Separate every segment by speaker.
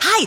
Speaker 1: Hi,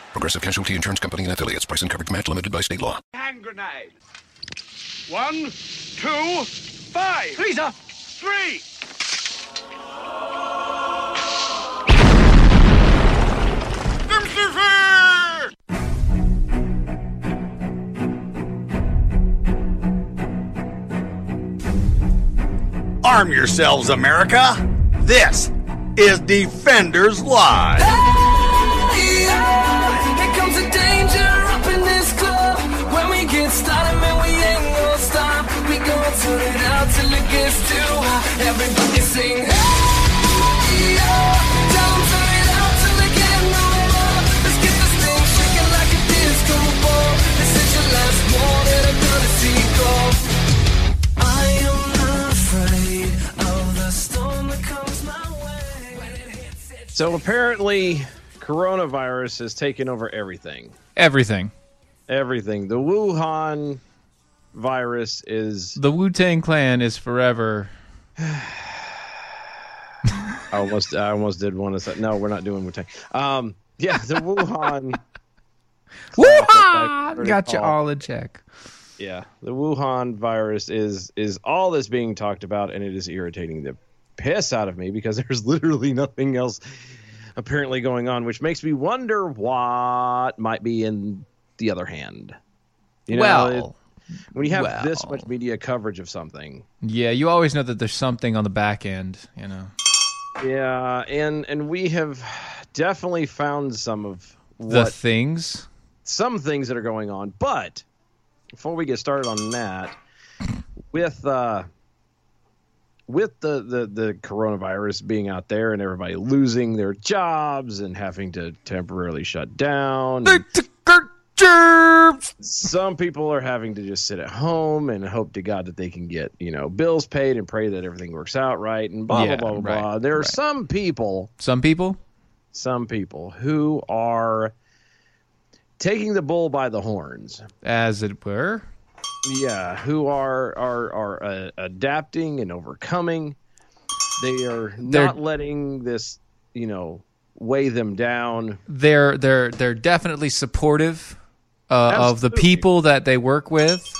Speaker 2: Progressive Casualty Insurance Company and affiliates. Price and coverage match limited by state law.
Speaker 3: Hand grenade. One, two, five. Lisa. Three.
Speaker 4: Arm yourselves, America. This is Defenders Live.
Speaker 5: Here comes the danger up in this club. When we get started, man, we ain't gonna stop. We gonna turn it out till it gets too hot. Everybody sing. "Hey, yo." Don't turn it out till they get no more. Let's get this thing shaking like a disco ball. This is your last one that I'm gonna see go. I am not afraid of the storm that comes my way. When it hits, it
Speaker 6: So apparently, coronavirus has taken over everything.
Speaker 7: Everything.
Speaker 6: Everything. The Wuhan virus is.
Speaker 7: The Wu Tang Clan is forever.
Speaker 6: I almost, I almost did one of No, we're not doing Wu Tang. Um, yeah, the Wuhan.
Speaker 7: Wuhan! Got you
Speaker 6: protocol.
Speaker 7: all in check.
Speaker 6: Yeah, the Wuhan virus is is all that's being talked about, and it is irritating the piss out of me because there's literally nothing else apparently going on, which makes me wonder what might be in the other hand. You know,
Speaker 7: well,
Speaker 6: it- when you have this
Speaker 7: well.
Speaker 6: much media coverage of something,
Speaker 7: yeah, you always know that there's something on the back end, you know.
Speaker 6: yeah, and and we have definitely found some of
Speaker 7: The
Speaker 6: what
Speaker 7: things.
Speaker 6: some things that are going on. But before we get started on that, with uh, with the, the the coronavirus being out there and everybody losing their jobs and having to temporarily shut down, and some people are having to just sit at home and hope to God that they can get you know bills paid and pray that everything works out right and blah
Speaker 7: Yeah,
Speaker 6: blah blah
Speaker 7: right,
Speaker 6: blah. There are
Speaker 7: right.
Speaker 6: some people
Speaker 7: Some people.
Speaker 6: some people who are taking the bull by the horns
Speaker 7: as it were.
Speaker 6: yeah who are are are uh, adapting and overcoming they are
Speaker 7: They're-
Speaker 6: not letting this you know weigh them down
Speaker 7: They're they're they're definitely supportive uh, of the
Speaker 6: Absolutely. Mm-hmm.
Speaker 7: people that they work with.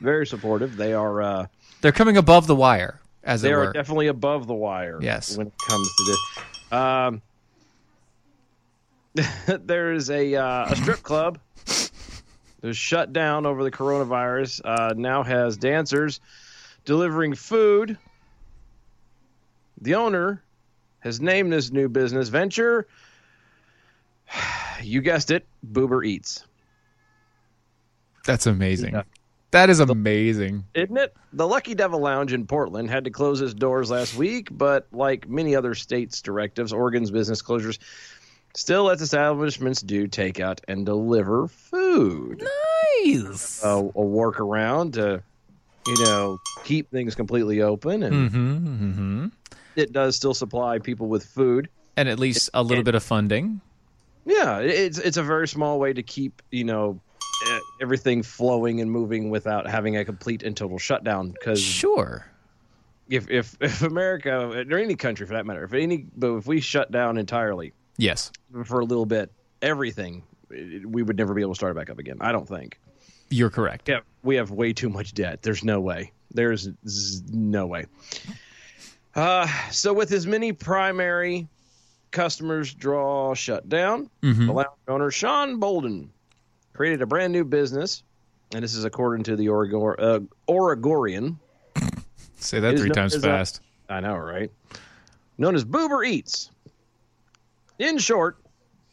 Speaker 6: very supportive they are uh
Speaker 7: They're coming above the wire, as
Speaker 6: they
Speaker 7: it
Speaker 6: are
Speaker 7: were.
Speaker 6: definitely above the wire
Speaker 7: Yes.
Speaker 6: when it comes to this um there is a uh, a strip club that was shut down over the coronavirus uh now has dancers delivering food the owner has named this new business venture you guessed it boober eats
Speaker 7: That's amazing. That is amazing.
Speaker 6: isn't it? The Lucky Devil Lounge in Portland had to close its doors last week, but like many other states' directives, Oregon's business closures still lets establishments do takeout and deliver food. Nice. A, a workaround to, you know, keep things completely open, and
Speaker 7: Mm-hmm, hmm
Speaker 6: it does still supply people with food.
Speaker 7: And at least a little bit of funding.
Speaker 6: Yeah, it- it's it's a very small way to keep you know eh, everything flowing and moving without having a complete and total shutdown because
Speaker 7: Sure.
Speaker 6: if if if America or any country for that matter, if any, but if we shut down entirely
Speaker 7: Yes.
Speaker 6: for a little bit, everything, it- we would never be able to start it back up again. I don't think.
Speaker 7: You're correct.
Speaker 6: Yeah, we have way too much debt. There's no way. There's z- no way. Uh, so with as many primary
Speaker 7: Mm-hmm.
Speaker 6: customers draw shut down, the lounge owner Sean Bolden created a brand new business, and this is according to the Oregor- uh, Oregorian.
Speaker 7: Say that
Speaker 6: Is
Speaker 7: three
Speaker 6: no-
Speaker 7: times
Speaker 6: is that-
Speaker 7: fast.
Speaker 6: I know, right? Known as Boober Eats. In short,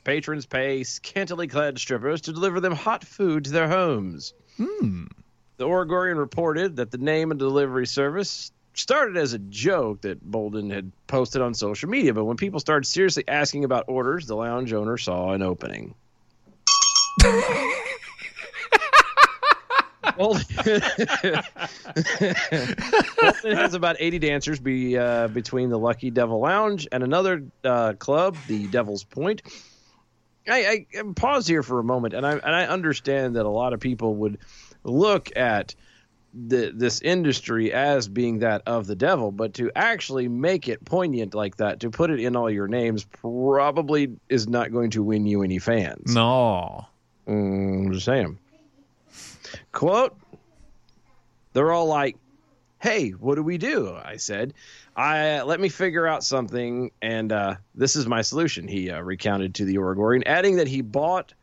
Speaker 6: patrons pay scantily clad strippers to deliver them hot food to their homes. The Oregonian reported that the name and delivery service started as a joke that Bolden had posted on social media, but when people started seriously asking about orders, the lounge owner saw an opening. Bolden Bolden has about 80 dancers be, uh, between the Lucky Devil Lounge and another uh, club, the Devil's Point. I, I I pause here for a moment, and I and I understand that a lot of people would look at the, this industry as being that of the devil, but to actually make it poignant like that, to put it in all your names, probably is not going to win you any fans.
Speaker 7: No.
Speaker 6: Mm, just saying. Quote They're all like, Hey, what do we do? I said, I let me figure out something, and uh, this is my solution. He uh, recounted to the Oregonian, adding that he bought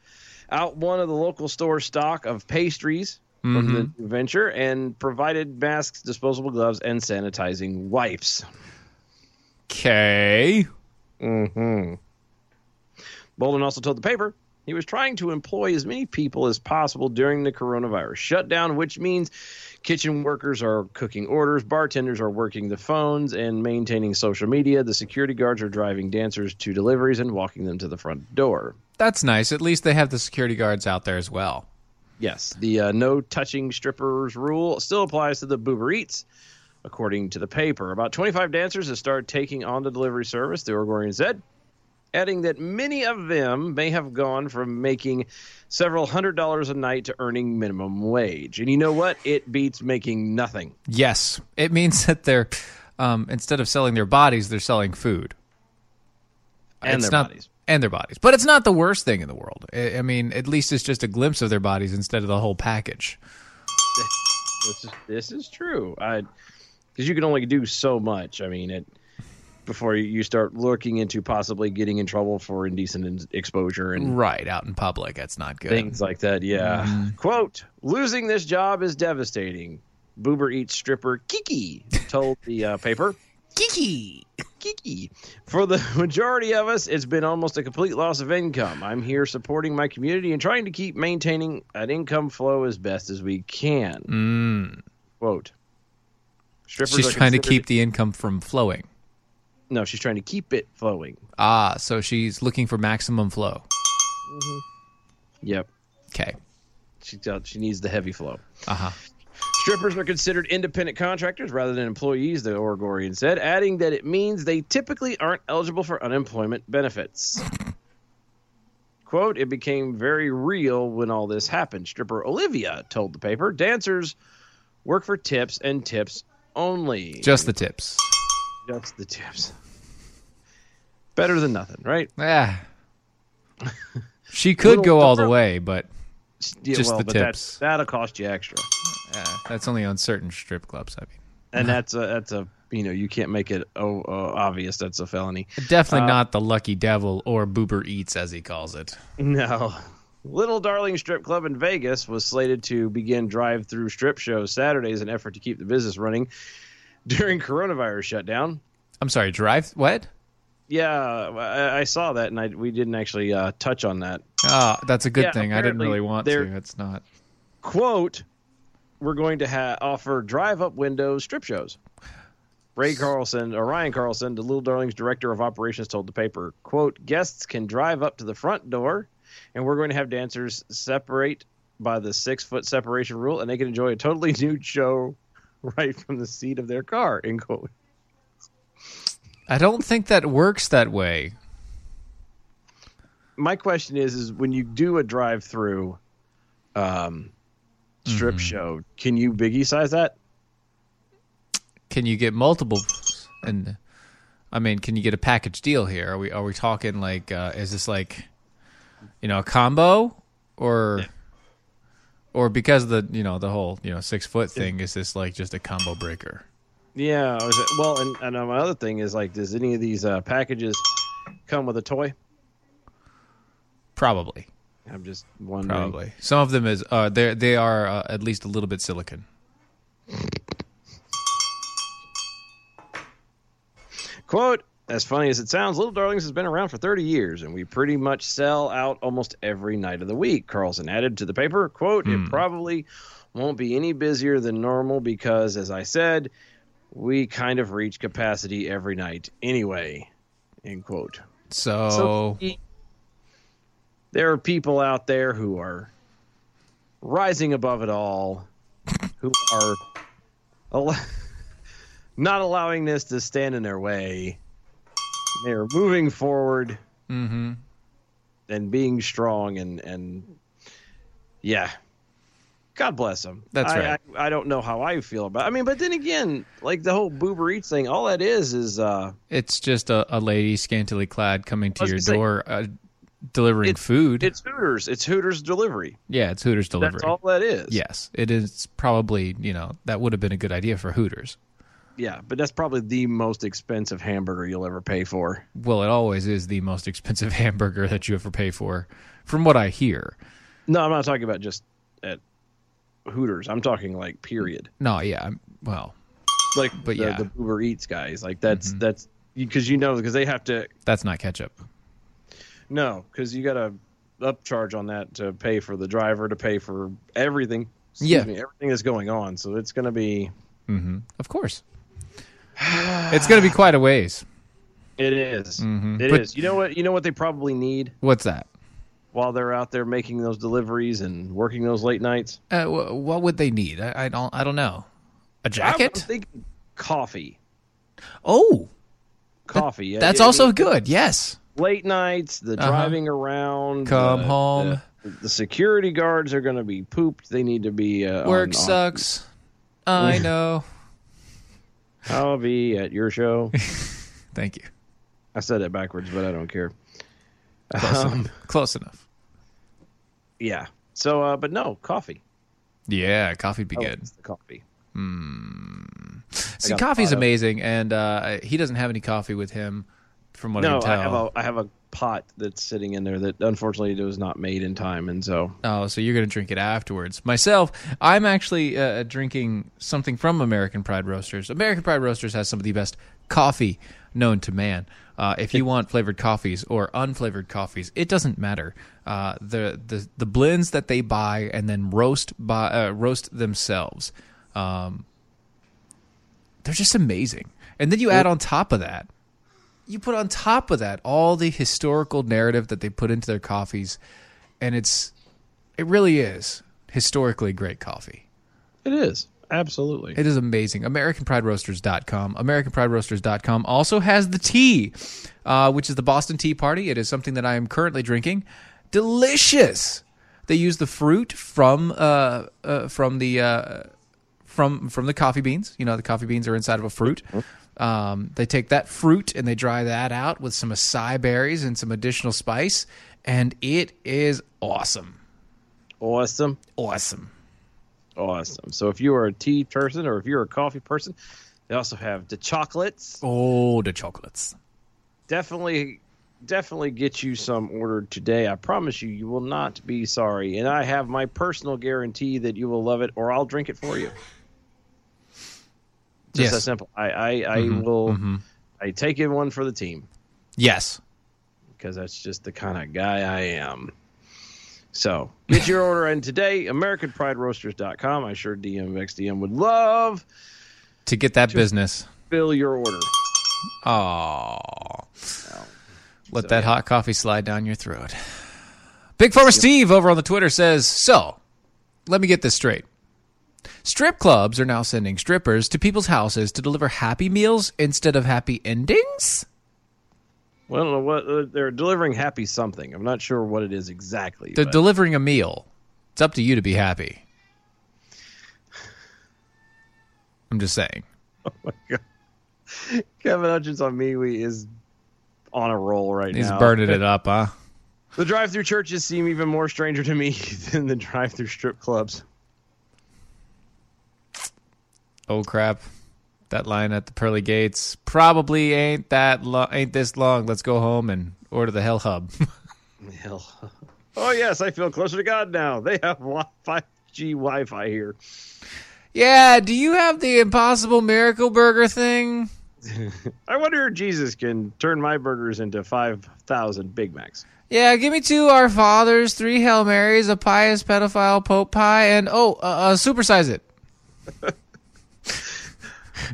Speaker 6: out one of the local store stock of pastries from the venture and provided masks, disposable gloves, and sanitizing wipes.
Speaker 7: Okay.
Speaker 6: Bolden also told the paper he was trying to employ as many people as possible during the coronavirus shutdown, which means kitchen workers are cooking orders, bartenders are working the phones and maintaining social media, the security guards are driving dancers to deliveries and walking them to the front door.
Speaker 7: That's nice. At least they have the security guards out there as well.
Speaker 6: Yes, the uh, no touching strippers rule still applies to the Boober Eats, according to the paper. About 25 dancers have started taking on the delivery service, the Oregonian said, adding that many of them may have gone from making several hundred dollars a night to earning minimum wage. And you know what? It beats making nothing.
Speaker 7: Yes. It means that they're, um, instead of selling their bodies, they're selling food.
Speaker 6: And
Speaker 7: It's
Speaker 6: their
Speaker 7: not-
Speaker 6: bodies.
Speaker 7: And their bodies. But it's not the worst thing in the world. I, I mean, at least it's just a glimpse of their bodies instead of the whole package.
Speaker 6: This is, this is true. Because you can only do so much. I mean, it. Before you start looking into possibly getting in trouble for indecent in- exposure and
Speaker 7: Right. Out in public. That's not good.
Speaker 6: things like that. Yeah.
Speaker 7: Mm.
Speaker 6: Quote: Losing this job is devastating. Boober eats stripper Kiki told the uh, paper. Kiki, Kiki. For the majority of us, it's been almost a complete loss of income. I'm here supporting my community and trying to keep maintaining an income flow as best as we can. Quote. Strippers
Speaker 7: Mm. She's
Speaker 6: are
Speaker 7: trying to
Speaker 6: considered-
Speaker 7: keep the income from flowing.
Speaker 6: No, she's trying to keep it flowing.
Speaker 7: Ah, so she's looking for maximum flow.
Speaker 6: Yep.
Speaker 7: Okay.
Speaker 6: She she needs the heavy flow.
Speaker 7: Uh huh.
Speaker 6: Strippers are considered independent contractors rather than employees, the Oregonian said, adding that it means they typically aren't eligible for unemployment benefits. Quote, it became very real when all this happened, stripper Olivia told the paper. Dancers work for tips and tips only.
Speaker 7: Just the tips.
Speaker 6: Just the tips. Better than nothing, right?
Speaker 7: Yeah. Ah. She could
Speaker 6: Little
Speaker 7: go all the
Speaker 6: different.
Speaker 7: way, but
Speaker 6: Yeah,
Speaker 7: Just the
Speaker 6: but
Speaker 7: tips.
Speaker 6: That's, that'll cost you extra.
Speaker 7: uh, that's only on certain strip clubs. I mean,
Speaker 6: And that's a, that's a, you know, you can't make it oh, uh, obvious that's a felony. Uh,
Speaker 7: definitely not the Lucky Devil or Boober Eats, as he calls it.
Speaker 6: No. Little Darling Strip Club in Vegas was slated to begin drive through strip shows Saturday as an effort to keep the business running during coronavirus shutdown.
Speaker 7: I'm sorry, drive what?
Speaker 6: Yeah, I, I saw that, and I, we didn't actually uh, touch on that.
Speaker 7: Ah, that's a good
Speaker 6: Yeah,
Speaker 7: thing. I didn't
Speaker 6: apparently
Speaker 7: really want
Speaker 6: they're-
Speaker 7: to. It's not.
Speaker 6: Quote, we're going to ha- offer drive-up window strip shows. Ray Carlson, or Ryan Carlson, the Little Darling's director of operations, told the paper, quote, guests can drive up to the front door, and we're going to have dancers separate by the six-foot separation rule, and they can enjoy a totally nude show right from the seat of their car, end quote.
Speaker 7: I don't think that works that way.
Speaker 6: My question is, is when you do a drive-through um, strip show, can you biggie size that?
Speaker 7: Can you get multiple? And I mean, can you get a package deal here? Are we are we talking like? Uh, is this like, you know, a combo or? Or because of the you know the whole you know six foot thing is this like just a combo breaker?
Speaker 6: Yeah. I was- well, and, and uh, my other thing is like, does any of these uh, packages come with a toy?
Speaker 7: Probably.
Speaker 6: I'm just wondering.
Speaker 7: Probably some of them is uh, they they are uh, at least a little bit silicon.
Speaker 6: Quote, as funny as it sounds, Little Darlings has been around for 30 years, and we pretty much sell out almost every night of the week, Carlson added to the paper. Quote, it probably won't be any busier than normal because, as I said, we kind of reach capacity every night anyway, end quote.
Speaker 7: So,
Speaker 6: there are people out there who are rising above it all, who are al- not allowing this to stand in their way. They are moving forward
Speaker 7: Mm-hmm.
Speaker 6: and being strong and and yeah. God bless them.
Speaker 7: That's
Speaker 6: I,
Speaker 7: right.
Speaker 6: I, I don't know how I feel about. I mean, but then again, like the whole Boober Eats thing, all that is is uh,
Speaker 7: it's just a, a lady scantily clad coming to
Speaker 6: was
Speaker 7: your
Speaker 6: gonna say-
Speaker 7: door, uh, delivering food.
Speaker 6: it's Hooters. It's Hooters delivery.
Speaker 7: yeah, it's Hooters delivery.
Speaker 6: That's all that is.
Speaker 7: Yes, it is probably you know that would have been a good idea for Hooters.
Speaker 6: Yeah, but that's probably the most expensive hamburger you'll ever pay for.
Speaker 7: Well, it always is the most expensive hamburger that you ever pay for, from what I hear.
Speaker 6: No, I'm not talking about just at Hooters. I'm talking like period.
Speaker 7: No, yeah, I'm- well,
Speaker 6: Like
Speaker 7: But
Speaker 6: the,
Speaker 7: yeah. Mm-hmm.
Speaker 6: the Uber Eats guys. Like that's that's because you know because they have to
Speaker 7: that's not ketchup.
Speaker 6: no because you got to upcharge on that to pay for the driver to pay for everything. Excuse
Speaker 7: Yeah.
Speaker 6: me, everything that's going on. So it's gonna be
Speaker 7: Of course, it's going to be quite a ways.
Speaker 6: it is. It
Speaker 7: Mm-hmm. But-
Speaker 6: is. You know what? You know what they probably need
Speaker 7: What's that?
Speaker 6: while they're out there making those deliveries and working those late nights.
Speaker 7: Uh, wh- what would they need? I, I don't. I don't know. A
Speaker 6: I'm
Speaker 7: jacket?
Speaker 6: thinking coffee.
Speaker 7: Oh,
Speaker 6: Coffee. yeah,
Speaker 7: that's
Speaker 6: yeah,
Speaker 7: also good. Yes.
Speaker 6: late nights, the driving around,
Speaker 7: Come
Speaker 6: the-
Speaker 7: home.
Speaker 6: The, the security guards are going to be pooped. They need to be uh,
Speaker 7: Work
Speaker 6: on- on-
Speaker 7: sucks. I know.
Speaker 6: I'll be at your show.
Speaker 7: Thank you.
Speaker 6: I said it backwards, but I don't care.
Speaker 7: Close enough. Close enough.
Speaker 6: Yeah. So, uh, but no coffee.
Speaker 7: Yeah, coffee'd be good.
Speaker 6: It's the coffee.
Speaker 7: See,
Speaker 6: got a
Speaker 7: coffee's
Speaker 6: lot of-
Speaker 7: amazing, and uh, he doesn't have any coffee with him, from what I
Speaker 6: No,
Speaker 7: can tell.
Speaker 6: I have a I have a pot that's sitting in there that unfortunately it was not made in time, and so
Speaker 7: Oh, so you're going to drink it afterwards. Myself, I'm actually uh, drinking something from American Pride Roasters. American Pride Roasters has some of the best coffee known to man. Uh, if you want flavored coffees or unflavored coffees, it doesn't matter. Uh, the, the the blends that they buy and then roast by uh, roast themselves, um, they're just amazing. And then you add on top of that you put on top of that all the historical narrative that they put into their coffees and it's it really is historically great coffee
Speaker 6: it is absolutely.
Speaker 7: it is amazing americanprideroasters.com americanprideroasters.com also has the tea uh, which is the boston tea party it is something that i am currently drinking delicious they use the fruit from uh, uh, from the uh, from from the coffee beans. You know, the coffee beans are inside of a fruit. Um, they take that fruit and they dry that out with some acai berries and some additional spice, and it is awesome,
Speaker 6: awesome,
Speaker 7: awesome.
Speaker 6: awesome. So if you are a tea person or if you're a coffee person, they also have the chocolates.
Speaker 7: Oh, the chocolates.
Speaker 6: definitely definitely get you some ordered today i promise you you will not be sorry and i have my personal guarantee that you will love it or i'll drink it for you just
Speaker 7: Yes.
Speaker 6: that simple i i, I will i take in one for the team
Speaker 7: Yes.
Speaker 6: because that's just the kind of guy i am so get your order in today americanprideroasters.com i sure dmxdm would love
Speaker 7: To get that business.
Speaker 6: fill your order
Speaker 7: Oh. Let that hot coffee slide down your throat. Big Farmer Steve over on the Twitter says, "So, let me get this straight. Strip clubs are now sending strippers to people's houses to deliver happy meals instead of happy endings?"
Speaker 6: well, I don't know what uh, they're delivering happy something. I'm not sure what it is exactly.
Speaker 7: They're
Speaker 6: but-
Speaker 7: delivering a meal. It's up to you to be happy. I'm just saying.
Speaker 6: Kevin Hutchins on MeWe is on a roll right
Speaker 7: He's
Speaker 6: now.
Speaker 7: burning it up, huh?
Speaker 6: The drive-through churches seem even more stranger to me than the drive-through strip clubs.
Speaker 7: Oh crap. That line at the pearly gates probably ain't that lo- ain't this long. Let's go home and order the hell hub.
Speaker 6: Hell, Oh yes, I feel closer to God now. They have wi- 5G Wi-Fi here.
Speaker 7: Yeah, do you have the Impossible Miracle Burger thing?
Speaker 6: I wonder if Jesus can turn my burgers into 5,000 Big Macs.
Speaker 7: Yeah, give me two Our Fathers, three Hail Marys, a pious pedophile Pope pie, and oh, uh, uh, supersize it.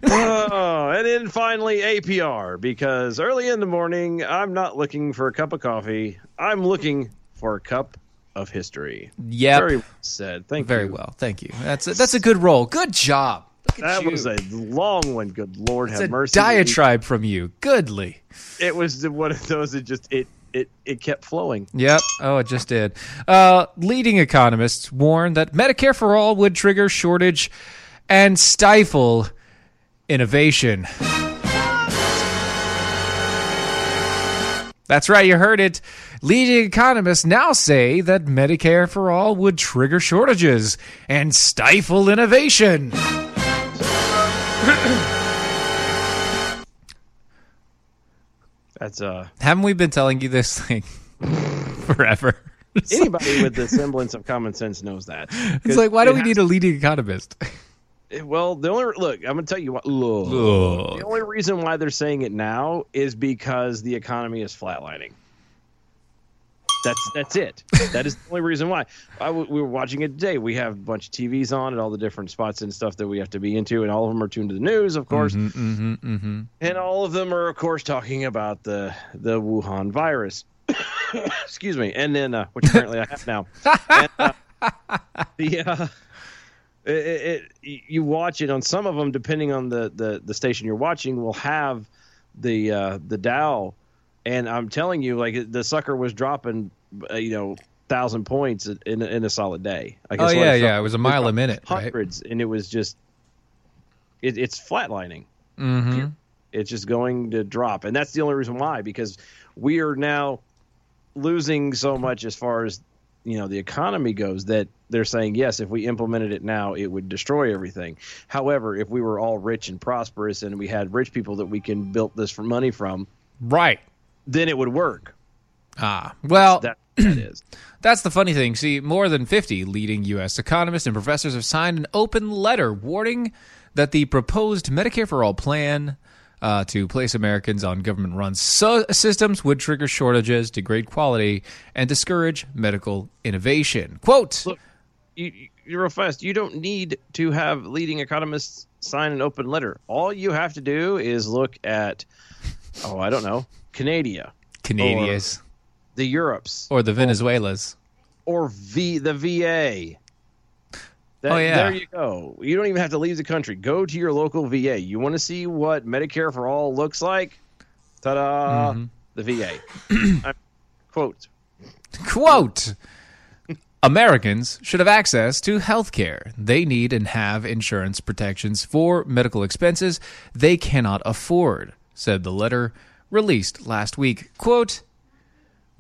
Speaker 6: oh, and then finally APR because early in the morning, I'm not looking for a cup of coffee. I'm looking for a cup of history.
Speaker 7: Yep.
Speaker 6: Very
Speaker 7: Very,
Speaker 6: well said. Thank you.
Speaker 7: well. Thank you. That's a, that's a good roll. Good job. Look at
Speaker 6: That
Speaker 7: you.
Speaker 6: was a long one. Good Lord,
Speaker 7: It's
Speaker 6: have
Speaker 7: a
Speaker 6: mercy.
Speaker 7: diatribe from you. Goodly.
Speaker 6: It was the- one of those that just it it it kept flowing.
Speaker 7: Yep. Oh, it just did. Uh, leading economists warn that Medicare for all would trigger shortage and stifle innovation. That's right, you heard it. Leading economists now say that Medicare for all would trigger shortages and stifle innovation.
Speaker 6: That's uh
Speaker 7: Haven't we been telling you this thing forever?
Speaker 6: anybody with the semblance of common sense knows that.
Speaker 7: It's like, why do we need a leading economist?
Speaker 6: Well, the only look, I'm gonna tell you what. Look, The only reason why they're saying it now is because the economy is flatlining. That's that's it. That is the only reason why. I w- we were watching it today. We have a bunch of TVs on at all the different spots and stuff that we have to be into, and all of them are tuned to the news, of course. And all of them are, of course, talking about the the Wuhan virus. Excuse me. And then, uh, which apparently I have now. And, uh, the uh, it, it, it- you watch it on some of them, depending on the, the, the station you're watching, will have the uh, the Dow, and I'm telling you, like the sucker was dropping, uh, you know, thousand points in in a solid day. Like,
Speaker 7: Oh,
Speaker 6: it's like
Speaker 7: yeah,
Speaker 6: some-
Speaker 7: yeah, it was a mile a minute, right?
Speaker 6: hundreds, and it was just it, it's flatlining.
Speaker 7: Mm-hmm.
Speaker 6: It's just going to drop, and that's the only reason why because we are now losing so much as far as you know the economy goes that they're saying yes if we implemented it now it would destroy everything however if we were all rich and prosperous and we had rich people that we can build this for money from
Speaker 7: Right.
Speaker 6: then it would work
Speaker 7: Ah, well,
Speaker 6: that, that is
Speaker 7: that's the funny thing. See, more than 50 leading U.S. economists and professors have signed an open letter warning that the proposed Medicare for All plan uh, to place Americans on government run so- systems would trigger shortages, degrade quality, and discourage medical innovation. Quote
Speaker 6: you, you- you're real fast you don't need to have leading economists sign an open letter all you have to do is look at oh i don't know canada
Speaker 7: Canadians
Speaker 6: the europes
Speaker 7: or, the Venezuelans.
Speaker 6: or V the VA. That-
Speaker 7: Oh, yeah.
Speaker 6: There you go. You don't even have to leave the country. Go to your local VA. You want to see what Medicare for All looks like? Ta da!
Speaker 7: Mm-hmm.
Speaker 6: The VA. I- quote.
Speaker 7: Quote Americans should have access to health care. They need and have insurance protections for medical expenses they cannot afford, said the letter released last week. Quote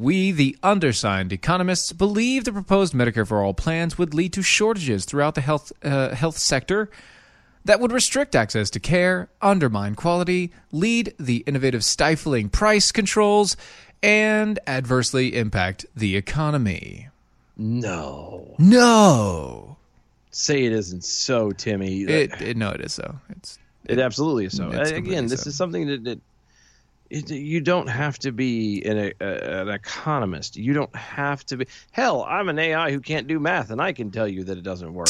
Speaker 7: we, the undersigned economists, believe the proposed Medicare for All plans would lead to shortages throughout the health, uh, health sector that would restrict access to care, undermine quality, lead the innovative stifling price controls, and adversely impact the economy.
Speaker 6: No.
Speaker 7: No.
Speaker 6: Say it isn't so, Timmy.
Speaker 7: It, it no, it is so. It's
Speaker 6: It absolutely is so. uh,
Speaker 7: It's
Speaker 6: Again,
Speaker 7: completely
Speaker 6: this
Speaker 7: so.
Speaker 6: is something that, that it, you don't have to be an, a, an economist. You don't have to be. Hell, I'm an AI who can't do math, and I can tell you that it doesn't work.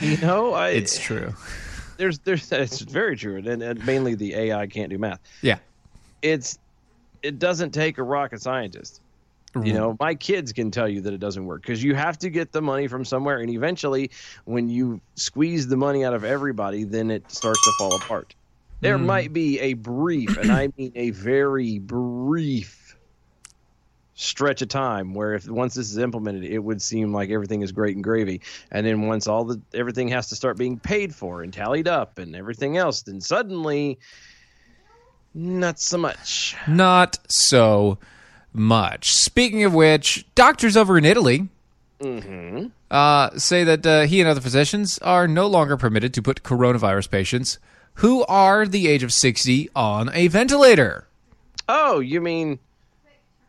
Speaker 6: you know, I,
Speaker 7: it's true.
Speaker 6: there's there's it's very true, and, and mainly the AI can't do math.
Speaker 7: Yeah.
Speaker 6: It's it doesn't take a rocket scientist. You know, my kids can tell you that it doesn't work because you have to get the money from somewhere, and eventually, when you squeeze the money out of everybody, then it starts to fall apart. There might be a brief, and I mean a very brief stretch of time where if once this is implemented it would seem like everything is great and gravy and then once all the everything has to start being paid for and tallied up and everything else then suddenly not so much
Speaker 7: Not so much. Speaking of which, doctors over in Italy uh, say that uh, he and other physicians are no longer permitted to put coronavirus patients who are the age of 60 on a ventilator.
Speaker 6: Oh, you mean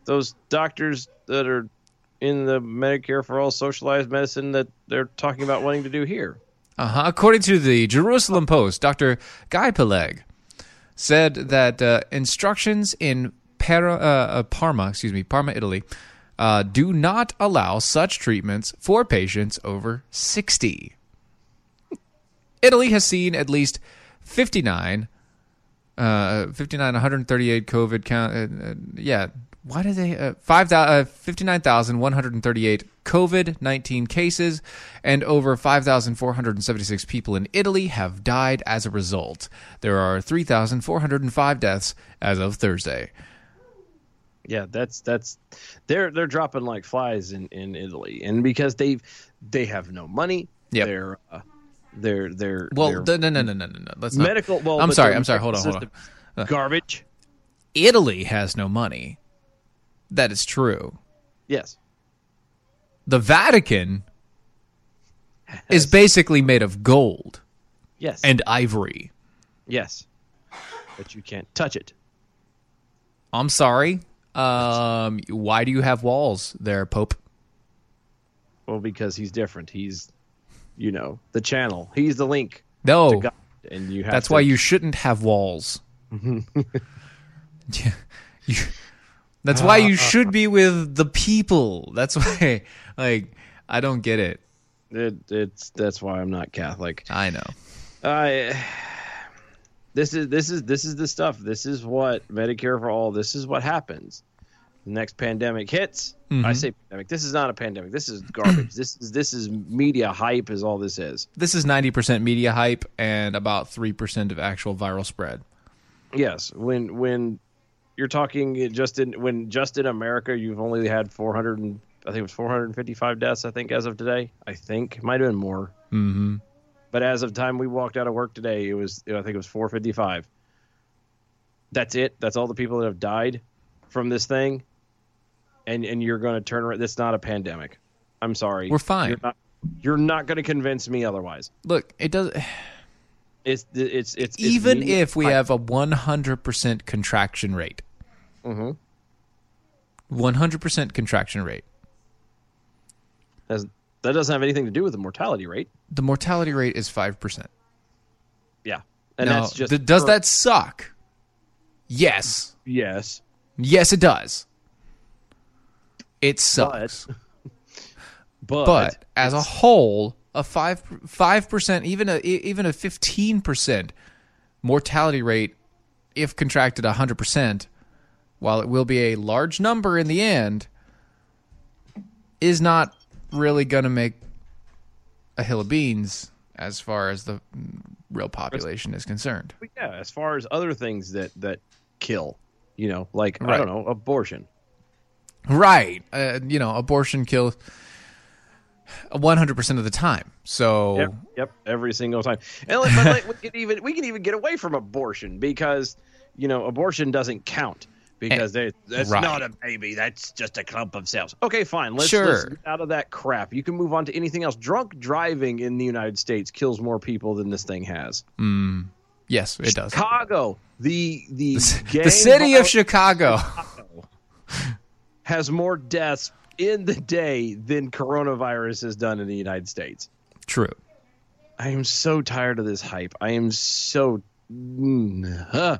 Speaker 6: those doctors that are in the Medicare for all socialized medicine that they're talking about wanting to do here.
Speaker 7: Uh-huh. According to the Jerusalem Post, Dr. Guy Peleg said that uh, instructions in Para, uh, uh, Parma, excuse me, Parma, Italy, uh, do not allow such treatments for patients over 60. Italy has seen at least 59, uh, 59, 138 COVID count. Uh, uh, yeah, why do they uh, five thou- uh, 59,138 COVID 19 cases and over 5,476 people in Italy have died as a result. There are 3,405 deaths as of Thursday.
Speaker 6: Yeah, that's that's they're they're dropping like flies in in Italy, and because they've they have no money.
Speaker 7: Yep.
Speaker 6: they're uh, they're they're
Speaker 7: Well,
Speaker 6: they're
Speaker 7: th- no, no, no, no, no, no. Let's not-
Speaker 6: medical. Well,
Speaker 7: I'm
Speaker 6: but
Speaker 7: sorry.
Speaker 6: their
Speaker 7: I'm sorry. Hold on. Uh.
Speaker 6: medical
Speaker 7: Hold on.
Speaker 6: system's Garbage.
Speaker 7: Italy has no money. That is true.
Speaker 6: Yes.
Speaker 7: The Vatican is basically made of gold
Speaker 6: Yes.
Speaker 7: and ivory.
Speaker 6: yes, but you can't touch it.
Speaker 7: I'm sorry. Um, why do you have walls there, Pope?
Speaker 6: Well, because he's different. He's, you know, the channel. He's the link.
Speaker 7: No,
Speaker 6: to God, and you have
Speaker 7: Oh, that's
Speaker 6: to-
Speaker 7: why you shouldn't have walls.
Speaker 6: Mm-hmm.
Speaker 7: Yeah, you- that's why
Speaker 6: Uh,
Speaker 7: you should be with the people. That's why, like, I don't get it.
Speaker 6: It, it's that's why I'm not Catholic.
Speaker 7: I know.
Speaker 6: I. This is this is this is the stuff. This is what Medicare for all. This is what happens. The next pandemic hits.
Speaker 7: Mm-hmm.
Speaker 6: I say pandemic. This is not a pandemic. This is garbage. this is this is media hype. Is all this is.
Speaker 7: This is 90% media hype and about 3% of actual viral spread.
Speaker 6: Yes, when when you're talking just in when just in America, you've only had 400 and I think it was 455 deaths. I think as of today, I think might have been more. Mm-hmm. But as of time we walked out of work today, it was I think it was 455. That's it. That's all the people that have died from this thing. And and you're going to turn around. That's not a pandemic. I'm sorry.
Speaker 7: We're fine.
Speaker 6: You're not, you're not going to convince me otherwise.
Speaker 7: Look, it does
Speaker 6: It's it's it's, it's
Speaker 7: even
Speaker 6: media
Speaker 7: if we
Speaker 6: hype.
Speaker 7: have a 100% contraction rate.
Speaker 6: Mhm.
Speaker 7: 100% contraction rate.
Speaker 6: That's- that doesn't have anything to do with the mortality rate.
Speaker 7: The mortality rate is 5%.
Speaker 6: Yeah. And
Speaker 7: now,
Speaker 6: that's just
Speaker 7: th- does
Speaker 6: per-
Speaker 7: that suck? Yes.
Speaker 6: Yes.
Speaker 7: Yes it does. It sucks.
Speaker 6: But but,
Speaker 7: but as a whole, a five five percent, even a e- even a fifteen percent mortality rate, if contracted hundred percent, while it will be a large number in the end, is not really going to make a hill of beans as far as the mm, real population is concerned.
Speaker 6: but yeah, as far as other things that that kill, you know, like
Speaker 7: Right.
Speaker 6: I don't know, abortion.
Speaker 7: Right? Uh, you know, abortion kills one hundred percent of the time. So.
Speaker 6: Yep, yep, every single time. And like, but like we can even we can even get away from abortion because you know abortion doesn't count because they that's
Speaker 7: Eh, right.
Speaker 6: not a baby, that's just a clump of cells. Okay, fine. Let's,
Speaker 7: Sure.
Speaker 6: let's get out of that crap. You can move on to anything else. Drunk driving in the United States kills more people than this thing has.
Speaker 7: Yes, it does.
Speaker 6: Chicago, the the
Speaker 7: the city of
Speaker 6: Chicago.
Speaker 7: Chicago.
Speaker 6: has more deaths in the day than coronavirus has done in the United States.
Speaker 7: True.
Speaker 6: I am so tired of this hype. I am so. Mm, huh.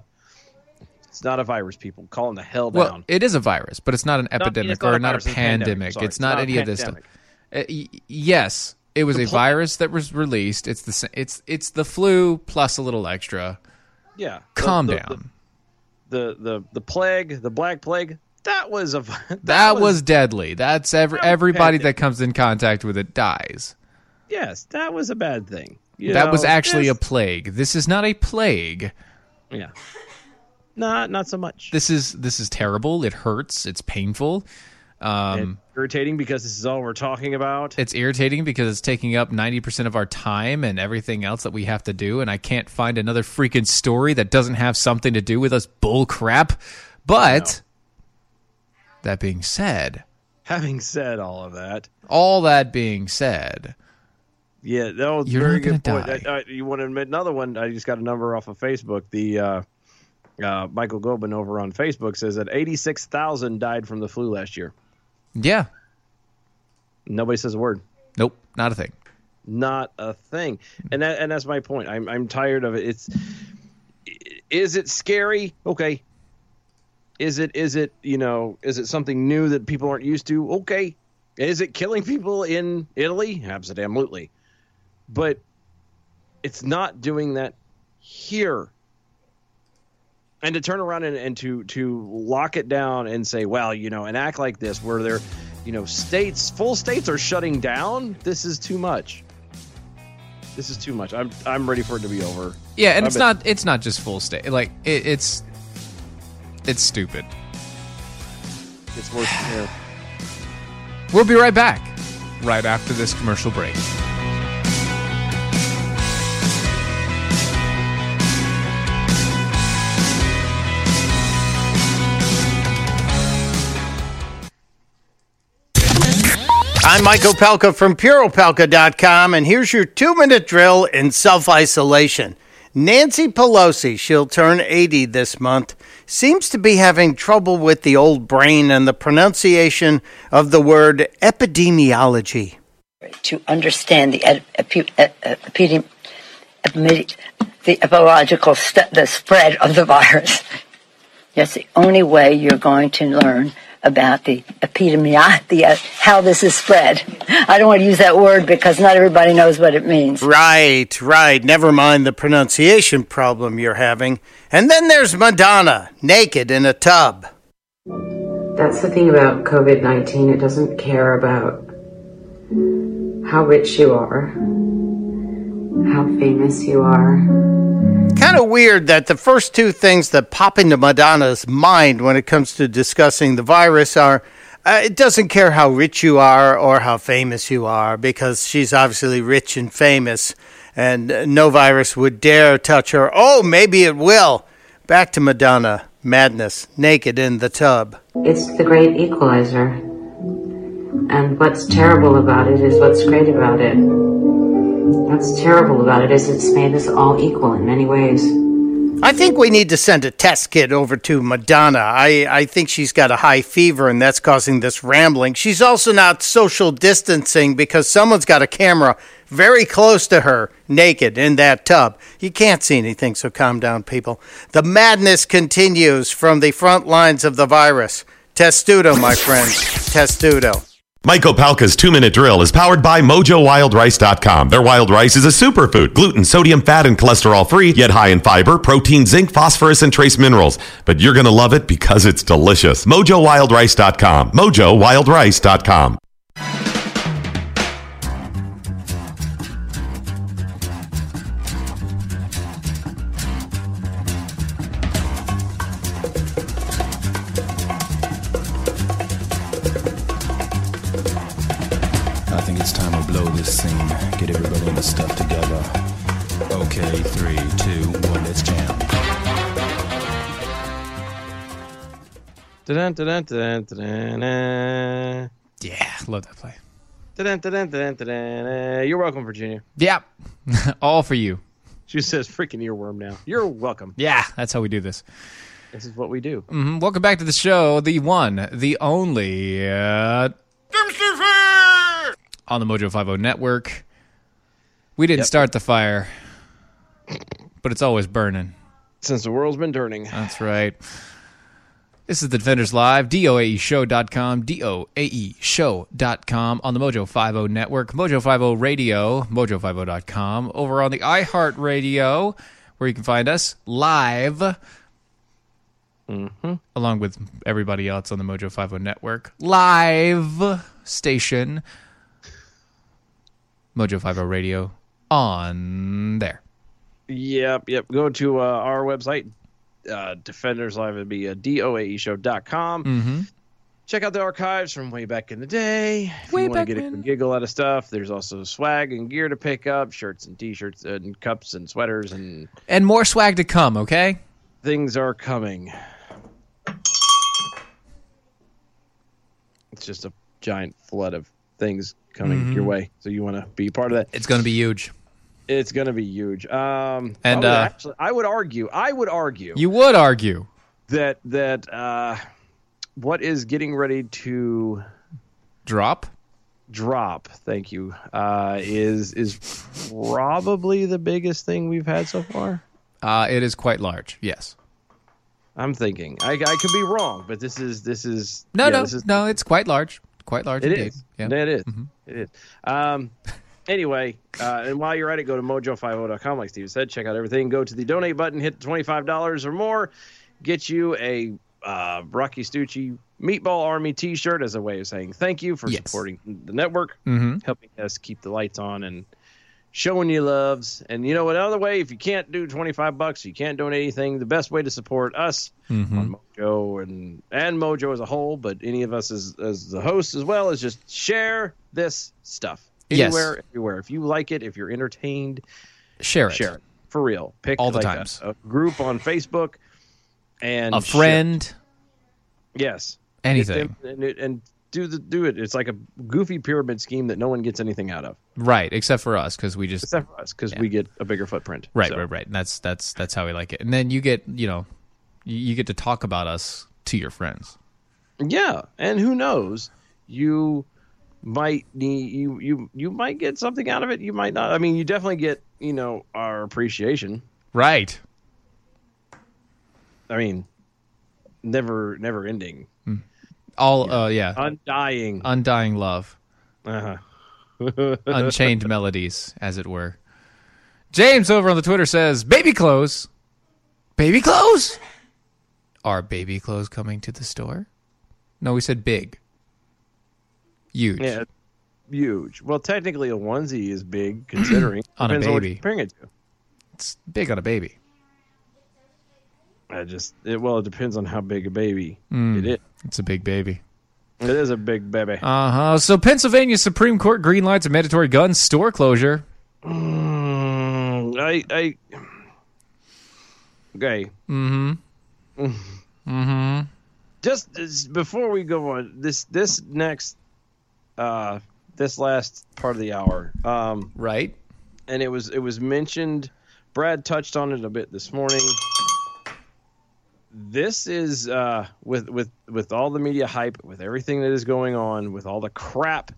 Speaker 6: It's not a virus, people. Calm the hell
Speaker 7: Well,
Speaker 6: down.
Speaker 7: it is a virus, but it's not an
Speaker 6: Not-
Speaker 7: epidemic
Speaker 6: it's not
Speaker 7: or
Speaker 6: a
Speaker 7: not
Speaker 6: virus,
Speaker 7: a
Speaker 6: it's a pandemic.
Speaker 7: pandemic.
Speaker 6: Sorry,
Speaker 7: It's not
Speaker 6: a
Speaker 7: any of this stuff. Uh,
Speaker 6: pandemic.
Speaker 7: y- yes, it was a virus that was released. It's the sa- it's it's the flu plus a little extra.
Speaker 6: Yeah. The-
Speaker 7: Calm
Speaker 6: the-
Speaker 7: down.
Speaker 6: The, the the the plague, the black plague. That was a. vi- That,
Speaker 7: that was, deadly. That's every,
Speaker 6: was a
Speaker 7: everybody that
Speaker 6: pandemic.
Speaker 7: comes in contact with it dies.
Speaker 6: yes. That was a bad thing. You
Speaker 7: that
Speaker 6: know,
Speaker 7: was actually a
Speaker 6: this-
Speaker 7: plague. This is not a plague.
Speaker 6: yeah. Not not so much.
Speaker 7: This is this is terrible. It hurts. It's painful.
Speaker 6: It's irritating because this is all we're talking about.
Speaker 7: it's irritating because it's taking up 90% of our time and everything else that we have to do and i can't find another freaking story that doesn't have something to do with us bull crap but that being said
Speaker 6: Having said all of that,
Speaker 7: all that being said
Speaker 6: Yeah, that was a
Speaker 7: You're
Speaker 6: very
Speaker 7: not
Speaker 6: good
Speaker 7: gonna
Speaker 6: point.
Speaker 7: die.
Speaker 6: I, I, you want to admit another one? I just got a number off of Facebook. The uh, Uh, Michael Goldman over on Facebook says that 86,000 died from the flu last year.
Speaker 7: Yeah.
Speaker 6: Nobody says a word.
Speaker 7: Nope. Not a thing.
Speaker 6: Not a thing. And that, and that's my point. I'm I'm tired of it. It's is it scary? Okay. Is it is it, you know, is it something new that people aren't used to? Okay. Is it killing people in Italy? Absolutely. But it's not doing that here. And to turn around and, and to to lock it down and say, well, you know, and act like this, where they're, you know, states, full states are shutting down. This is too much. This is too much. I'm I'm ready for it to be over.
Speaker 7: Yeah, and
Speaker 6: I
Speaker 7: it's
Speaker 6: bet-
Speaker 7: not it's not just full state. Like it, it's it's stupid.
Speaker 6: It's worse. Yeah.
Speaker 7: We'll be right back right after this commercial break.
Speaker 8: I'm Mike Opelka from PureOpelka.com, and here's your two minute drill in self isolation. Nancy Pelosi, she'll turn 80 this month, seems to be having trouble with the old brain and the pronunciation of the word epidemiology.
Speaker 9: to understand the ed- epi- e- e- epidem- epidemi- the epidemiological st- the spread of the virus. That's the only way you're going to learn about the epidemi- the uh, how this is spread. I don't want to use that word because not everybody knows what it means.
Speaker 8: Right, right. Never mind the pronunciation problem you're having. And then there's Madonna, naked in a tub.
Speaker 10: That's the thing about COVID 19. It doesn't care about how rich you are, how famous you are.
Speaker 8: Kind of weird that the first two things that pop into Madonna's mind when it comes to discussing the virus are uh, it doesn't care how rich you are or how famous you are because she's obviously rich and famous and uh, no virus would dare touch her. Oh, maybe it will. Back to Madonna, madness, naked in the tub.
Speaker 10: It's the great equalizer. And what's terrible about it is what's great about it. What's terrible about it is it's made us all equal in many ways.
Speaker 8: I think we need to send a test kit over to Madonna. I, I think she's got a high fever and that's causing this rambling. She's also not social distancing because someone's got a camera very close to her, naked in that tub. You can't see anything, so calm down, people. The madness continues from the front lines of the virus. Testudo, my friends. Testudo.
Speaker 11: Mike Opalka's two minute drill is powered by MojoWildRice.com. Their wild rice is a superfood, gluten, sodium, fat, and cholesterol free, yet high in fiber, protein, zinc, phosphorus, and trace minerals. But you're going to love it because it's delicious. MojoWildRice.com. MojoWildRice.com.
Speaker 12: I think it's time to blow this scene. Get everybody in the stuff together. Okay, three, two, one, let's jam.
Speaker 6: Dun, dun, dun, dun, dun, dun.
Speaker 7: Yeah, love that play.
Speaker 6: Dun, dun, dun, dun, dun, dun. You're welcome, Virginia.
Speaker 7: Yeah. All for you.
Speaker 6: She says freaking earworm now. You're welcome.
Speaker 7: Yeah, that's how we do this.
Speaker 6: This is what we do.
Speaker 7: hmm Welcome back to the show, the one, the only, uh, on the Mojo Five O network. We didn't start the fire, but it's always burning.
Speaker 6: Since the world's been turning.
Speaker 7: That's right. This is the Defenders Live, DOAEshow.com, E DOAEshow.com, on the Mojo 50 network, Mojo 50 radio, mojo50.com, over on the iHeart radio, where you can find us live, along with everybody else on the Mojo 50 network, live station, Mojo 50 radio, on there.
Speaker 6: Yep, yep. Go to uh, our website, uh, Defenders Live. It'd be uh, doaeshow.com.
Speaker 7: Mm-hmm.
Speaker 6: Check out the archives from way back in the day. If you want to get a good giggle out of stuff, there's also swag and gear to pick up, shirts and t-shirts and cups and sweaters and
Speaker 7: And more swag to come, okay?
Speaker 6: things are coming. It's just a
Speaker 7: Mm-hmm.
Speaker 6: giant flood of things coming your way. So you want to be part of that.
Speaker 7: It's going to be huge.
Speaker 6: It's going to be huge. Um, I
Speaker 7: And,
Speaker 6: would
Speaker 7: uh,
Speaker 6: actually, I would argue, I would argue
Speaker 7: You would argue.
Speaker 6: that that uh, what is getting ready to
Speaker 7: drop,
Speaker 6: drop. Thank you. Uh, is is probably the biggest thing we've had so far.
Speaker 7: Uh, it is quite large. Yes.
Speaker 6: I'm thinking. I, I could be wrong, but this is this is
Speaker 7: No,
Speaker 6: yeah,
Speaker 7: no,
Speaker 6: this is
Speaker 7: no. It's quite large. Quite large
Speaker 6: It
Speaker 7: indeed.
Speaker 6: is. It is. It is. Um, anyway, uh, and while you're at it, go to mojo50.com, like Steve said. Check out everything. Go to the donate button, hit $25 or more, get you a uh, Rocky Stucci Meatball Army t shirt as a way of saying thank you for supporting the network,
Speaker 7: Mhm.
Speaker 6: helping us keep the lights on and showing you loves. And you know, another way, if you can't do 25 bucks, you can't donate anything, the best way to support us
Speaker 7: Mhm.
Speaker 6: Mojo and and Mojo as a whole, but any of us as as the host as well is just share this stuff
Speaker 7: Yes.
Speaker 6: anywhere, everywhere. If you like it, if you're entertained,
Speaker 7: Share it.
Speaker 6: share it for real. Pick
Speaker 7: All the
Speaker 6: like, a-
Speaker 7: times.
Speaker 6: A, group on Facebook and
Speaker 7: A
Speaker 6: share.
Speaker 7: friend.
Speaker 6: Yes,
Speaker 7: Anything.
Speaker 6: Get them- and, it- and do the do it. It's like a goofy pyramid scheme that no one gets anything out of
Speaker 7: Right, except for us because we just
Speaker 6: except for us because
Speaker 7: Yeah.
Speaker 6: we get a bigger footprint.
Speaker 7: right,
Speaker 6: So,
Speaker 7: right, right. And that's that's that's how we like it. And then you get you know, you, you get to talk about us to your friends.
Speaker 6: Yeah, and who knows? You might need you you you might get something out of it. You might not. I mean, you definitely get you know our appreciation.
Speaker 7: Right.
Speaker 6: I mean, never never ending,
Speaker 7: All uh yeah.
Speaker 6: undying,
Speaker 7: Undying love.
Speaker 6: Uh-huh.
Speaker 7: Unchained melodies, as it were. James over on the Twitter says, "Baby clothes, baby clothes. Are baby clothes coming to the store? No, we said big, huge.
Speaker 6: Yeah, huge. Well, technically, a onesie is big considering
Speaker 7: On a
Speaker 6: Depends what
Speaker 7: baby.
Speaker 6: you're comparing it to.
Speaker 7: It's big on a baby.
Speaker 6: I just it, well, it depends on how big a baby
Speaker 7: Mm,
Speaker 6: it is.
Speaker 7: It's a big baby."
Speaker 6: It is a big baby.
Speaker 7: Uh huh. So Pennsylvania Supreme Court greenlights a mandatory gun store closure.
Speaker 6: Mm, I I okay.
Speaker 7: Mm
Speaker 6: Mm.
Speaker 7: hmm. Mm
Speaker 6: just just before we go on this this next uh this last part of the hour um
Speaker 7: right
Speaker 6: and it was it was mentioned brad touched on it a bit this morning this is uh with with with all the media hype with everything that is going on with all the crap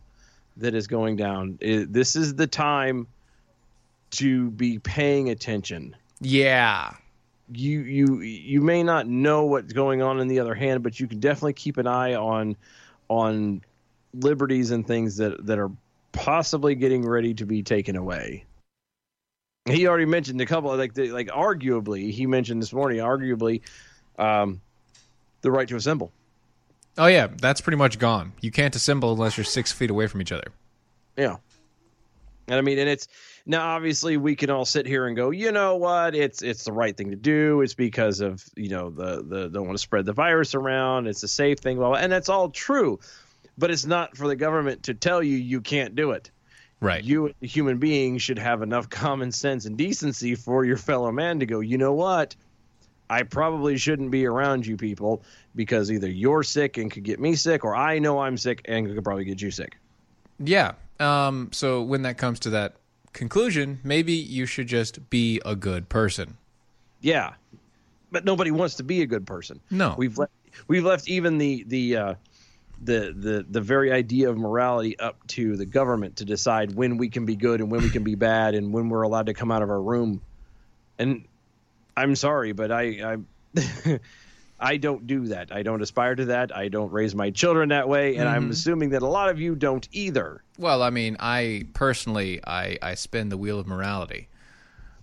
Speaker 6: that is going down i this is the time to be paying attention
Speaker 7: Yeah.
Speaker 6: you you you may not know what's going on in the other hand, but you can definitely keep an eye on on liberties and things that that are possibly getting ready to be taken away. He already mentioned a couple, like the, like arguably he mentioned this morning, arguably, um, the right to assemble.
Speaker 7: Oh yeah, that's pretty much gone. You can't assemble unless you're six feet away from each other.
Speaker 6: Yeah. And I mean, and it's now obviously we can all sit here and go, you know what? It's it's the right thing to do. It's because of you know the the don't want to spread the virus around. It's a safe thing, blah blah. And that's all true, but it's not for the government to tell you you can't do it.
Speaker 7: Right.
Speaker 6: You, the human being, should have enough common sense and decency for your fellow man to go, you know what? I probably shouldn't be around you people because either you're sick and could get me sick, or I know I'm sick and could probably get you sick.
Speaker 7: Yeah. Um. So when that comes to that conclusion, maybe you should just be a good person.
Speaker 6: Yeah, but nobody wants to be a good person.
Speaker 7: No.
Speaker 6: we've left we've left even the the uh, the the the very idea of morality up to the government to decide when we can be good and when we can be bad and when we're allowed to come out of our room. And I'm sorry, but I I I don't do that. I don't aspire to that. I don't raise my children that way, and I'm
Speaker 7: Mhm.
Speaker 6: assuming that a lot of you don't either.
Speaker 7: Well, I mean, I personally, I I spin the wheel of morality,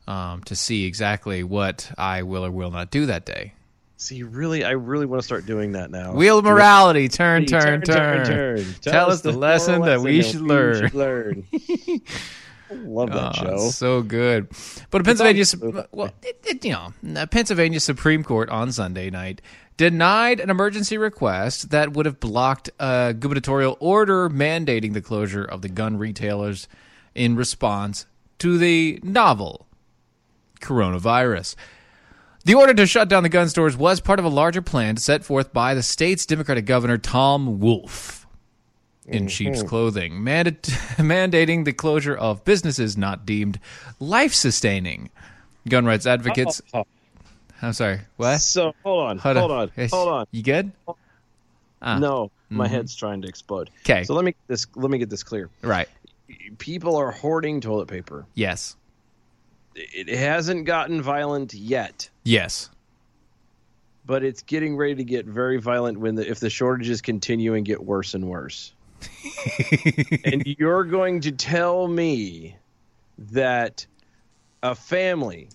Speaker 7: um, to see exactly what I will or will not do that day.
Speaker 6: See, really, I really want to start doing that now.
Speaker 7: Wheel of
Speaker 6: Do it.
Speaker 7: morality, turn, turn, turn.
Speaker 6: Tell, us the
Speaker 7: lesson
Speaker 6: moral
Speaker 7: that we should
Speaker 6: lesson
Speaker 7: learn.
Speaker 6: learn. Love that
Speaker 7: Oh,
Speaker 6: show.
Speaker 7: it's so good. But a Pennsylvania, Sup- well, it, it, you know, a Pennsylvania Supreme Court on Sunday night denied an emergency request that would have blocked a gubernatorial order mandating the closure of the gun retailers in response to the novel coronavirus. The order to shut down the gun stores was part of a larger plan set forth by the state's Democratic governor, Tom Wolf.
Speaker 6: Mm-hmm.
Speaker 7: in sheep's
Speaker 13: Mhm.
Speaker 7: clothing, mandat- mandating the closure of businesses not deemed life sustaining. Gun rights advocates. I'm sorry. What?
Speaker 6: So hold on, hold on, hold on.
Speaker 7: You good? Ah.
Speaker 6: no, my
Speaker 7: Mhm.
Speaker 6: head's trying to explode.
Speaker 7: 'Kay.
Speaker 6: So let me get this let me get this clear.
Speaker 7: Right.
Speaker 6: People are hoarding toilet paper.
Speaker 7: Yes.
Speaker 6: It hasn't gotten violent yet,
Speaker 7: Yes.
Speaker 6: but it's getting ready to get very violent when the, if the shortages continue and get worse and worse. and you're going to tell me that a family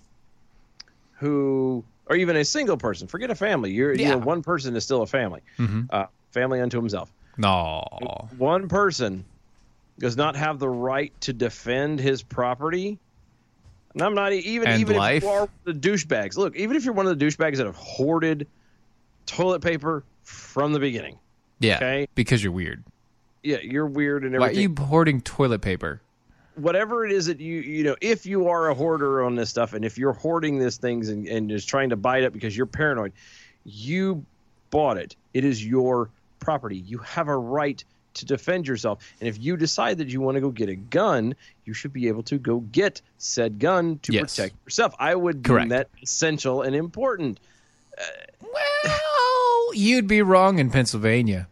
Speaker 6: who or even a single person, forget a family, you're,
Speaker 7: Yeah.
Speaker 6: you're one person is still a family.
Speaker 7: Mhm.
Speaker 6: Uh, family unto himself.
Speaker 7: No.
Speaker 6: one person does not have the right to defend his property. And I'm not e-, even
Speaker 7: And
Speaker 6: even if
Speaker 7: life.
Speaker 6: you are the douchebags. Look, even if you're one of the douchebags that have hoarded toilet paper from the beginning.
Speaker 7: Yeah.
Speaker 6: Okay.
Speaker 7: Because you're weird.
Speaker 6: Yeah, you're weird and
Speaker 7: Why are
Speaker 6: everything.
Speaker 7: you hoarding toilet paper?
Speaker 6: Whatever it is that you you know, if you are a hoarder on this stuff, and if you're hoarding these things and, and just trying to buy it up because you're paranoid, you bought it. It is your property. You have a right to defend yourself. And if you decide that you want to go get a gun, you should be able to go get said gun to
Speaker 7: Yes.
Speaker 6: protect yourself. I would
Speaker 7: Correct.
Speaker 6: deem that essential and important.
Speaker 7: Well, you'd be wrong in Pennsylvania.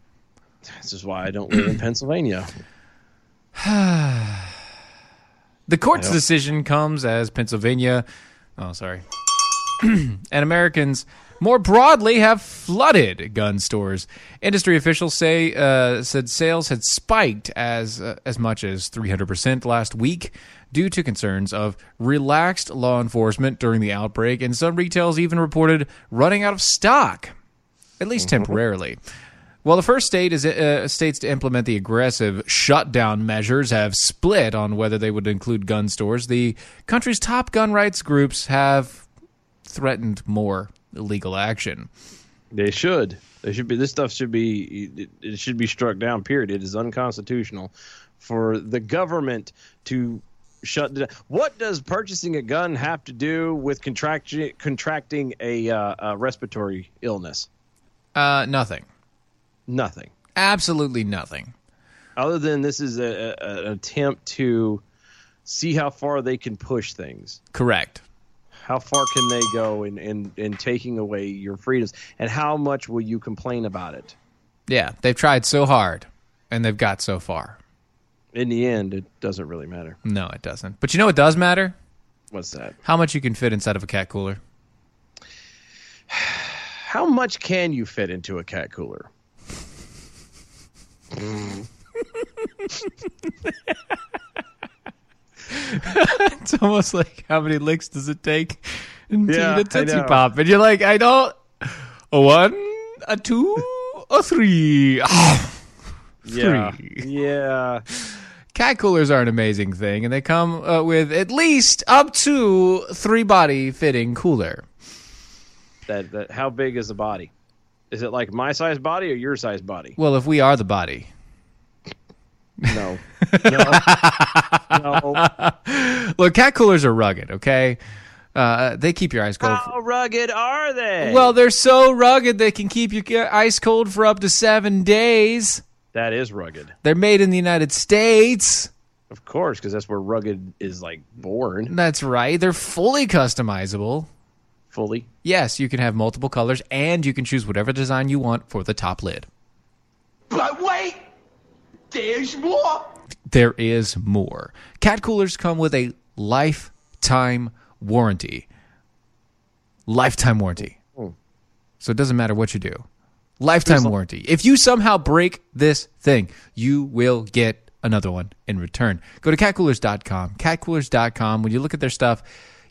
Speaker 6: This is why I don't live in Pennsylvania.
Speaker 7: The court's
Speaker 6: I don't-
Speaker 7: decision comes as Pennsylvania, oh, sorry, and Americans more broadly have flooded gun stores. Industry officials say uh, said sales had spiked as uh, as much as 300% last week due to concerns of relaxed law enforcement during the outbreak, and some retails even reported running out of stock, at least temporarily. Well, the first state is uh, states to implement the aggressive shutdown measures have split on whether they would include gun stores. The country's top gun rights groups have threatened more legal action.
Speaker 6: They should. They should be. This stuff should be. It, it should be struck down. Period. It is unconstitutional for the government to shut down. What does purchasing a gun have to do with contracting contracting a, uh, a respiratory illness?
Speaker 7: Uh, nothing.
Speaker 6: Nothing.
Speaker 7: Absolutely nothing.
Speaker 6: Other than this is a, a, an attempt to see how far they can push things.
Speaker 7: Correct.
Speaker 6: How far can they go in, in, in taking away your freedoms? And how much will you complain about it?
Speaker 7: Yeah, they've tried so hard and they've got so far.
Speaker 6: In the end, it doesn't really matter.
Speaker 7: No, it doesn't. But you know what does matter?
Speaker 6: What's that?
Speaker 7: How much you can fit inside of a cat cooler.
Speaker 6: How much can you fit into a cat cooler?
Speaker 7: it's almost like how many licks does it take until
Speaker 13: Yeah,
Speaker 7: you
Speaker 13: I
Speaker 7: get Tootsie
Speaker 13: know.
Speaker 7: Pop? And you're like, I don't. A one, a two, a three. Ah,
Speaker 13: Yeah.
Speaker 7: Three.
Speaker 6: Yeah.
Speaker 7: Cat coolers are an amazing thing, and they come uh, with at least up to three body fitting cooler.
Speaker 6: That that how big is the body? Is it like my size body or your size body?
Speaker 7: Well, if we are the body.
Speaker 6: No. No. no.
Speaker 7: Look, cat coolers are rugged, okay? Uh, they keep your eyes cold. for-
Speaker 6: How rugged are they?
Speaker 7: Well, they're so rugged they can keep you ca- ice cold for up to seven days.
Speaker 6: that is rugged,
Speaker 7: They're made in the United States.
Speaker 6: of course, because that's where rugged is like born.
Speaker 7: That's right. They're fully customizable.
Speaker 6: Fully?
Speaker 7: Yes, you can have multiple colors and you can choose whatever design you want for the top lid.
Speaker 13: But wait, there's more.
Speaker 7: There is more. Cat coolers come with a lifetime warranty. Lifetime warranty. So it doesn't matter what you do. Lifetime warranty. If you somehow break this thing, you will get another one in return. Go to catcoolers.com. Catcoolers.com. When you look at their stuff,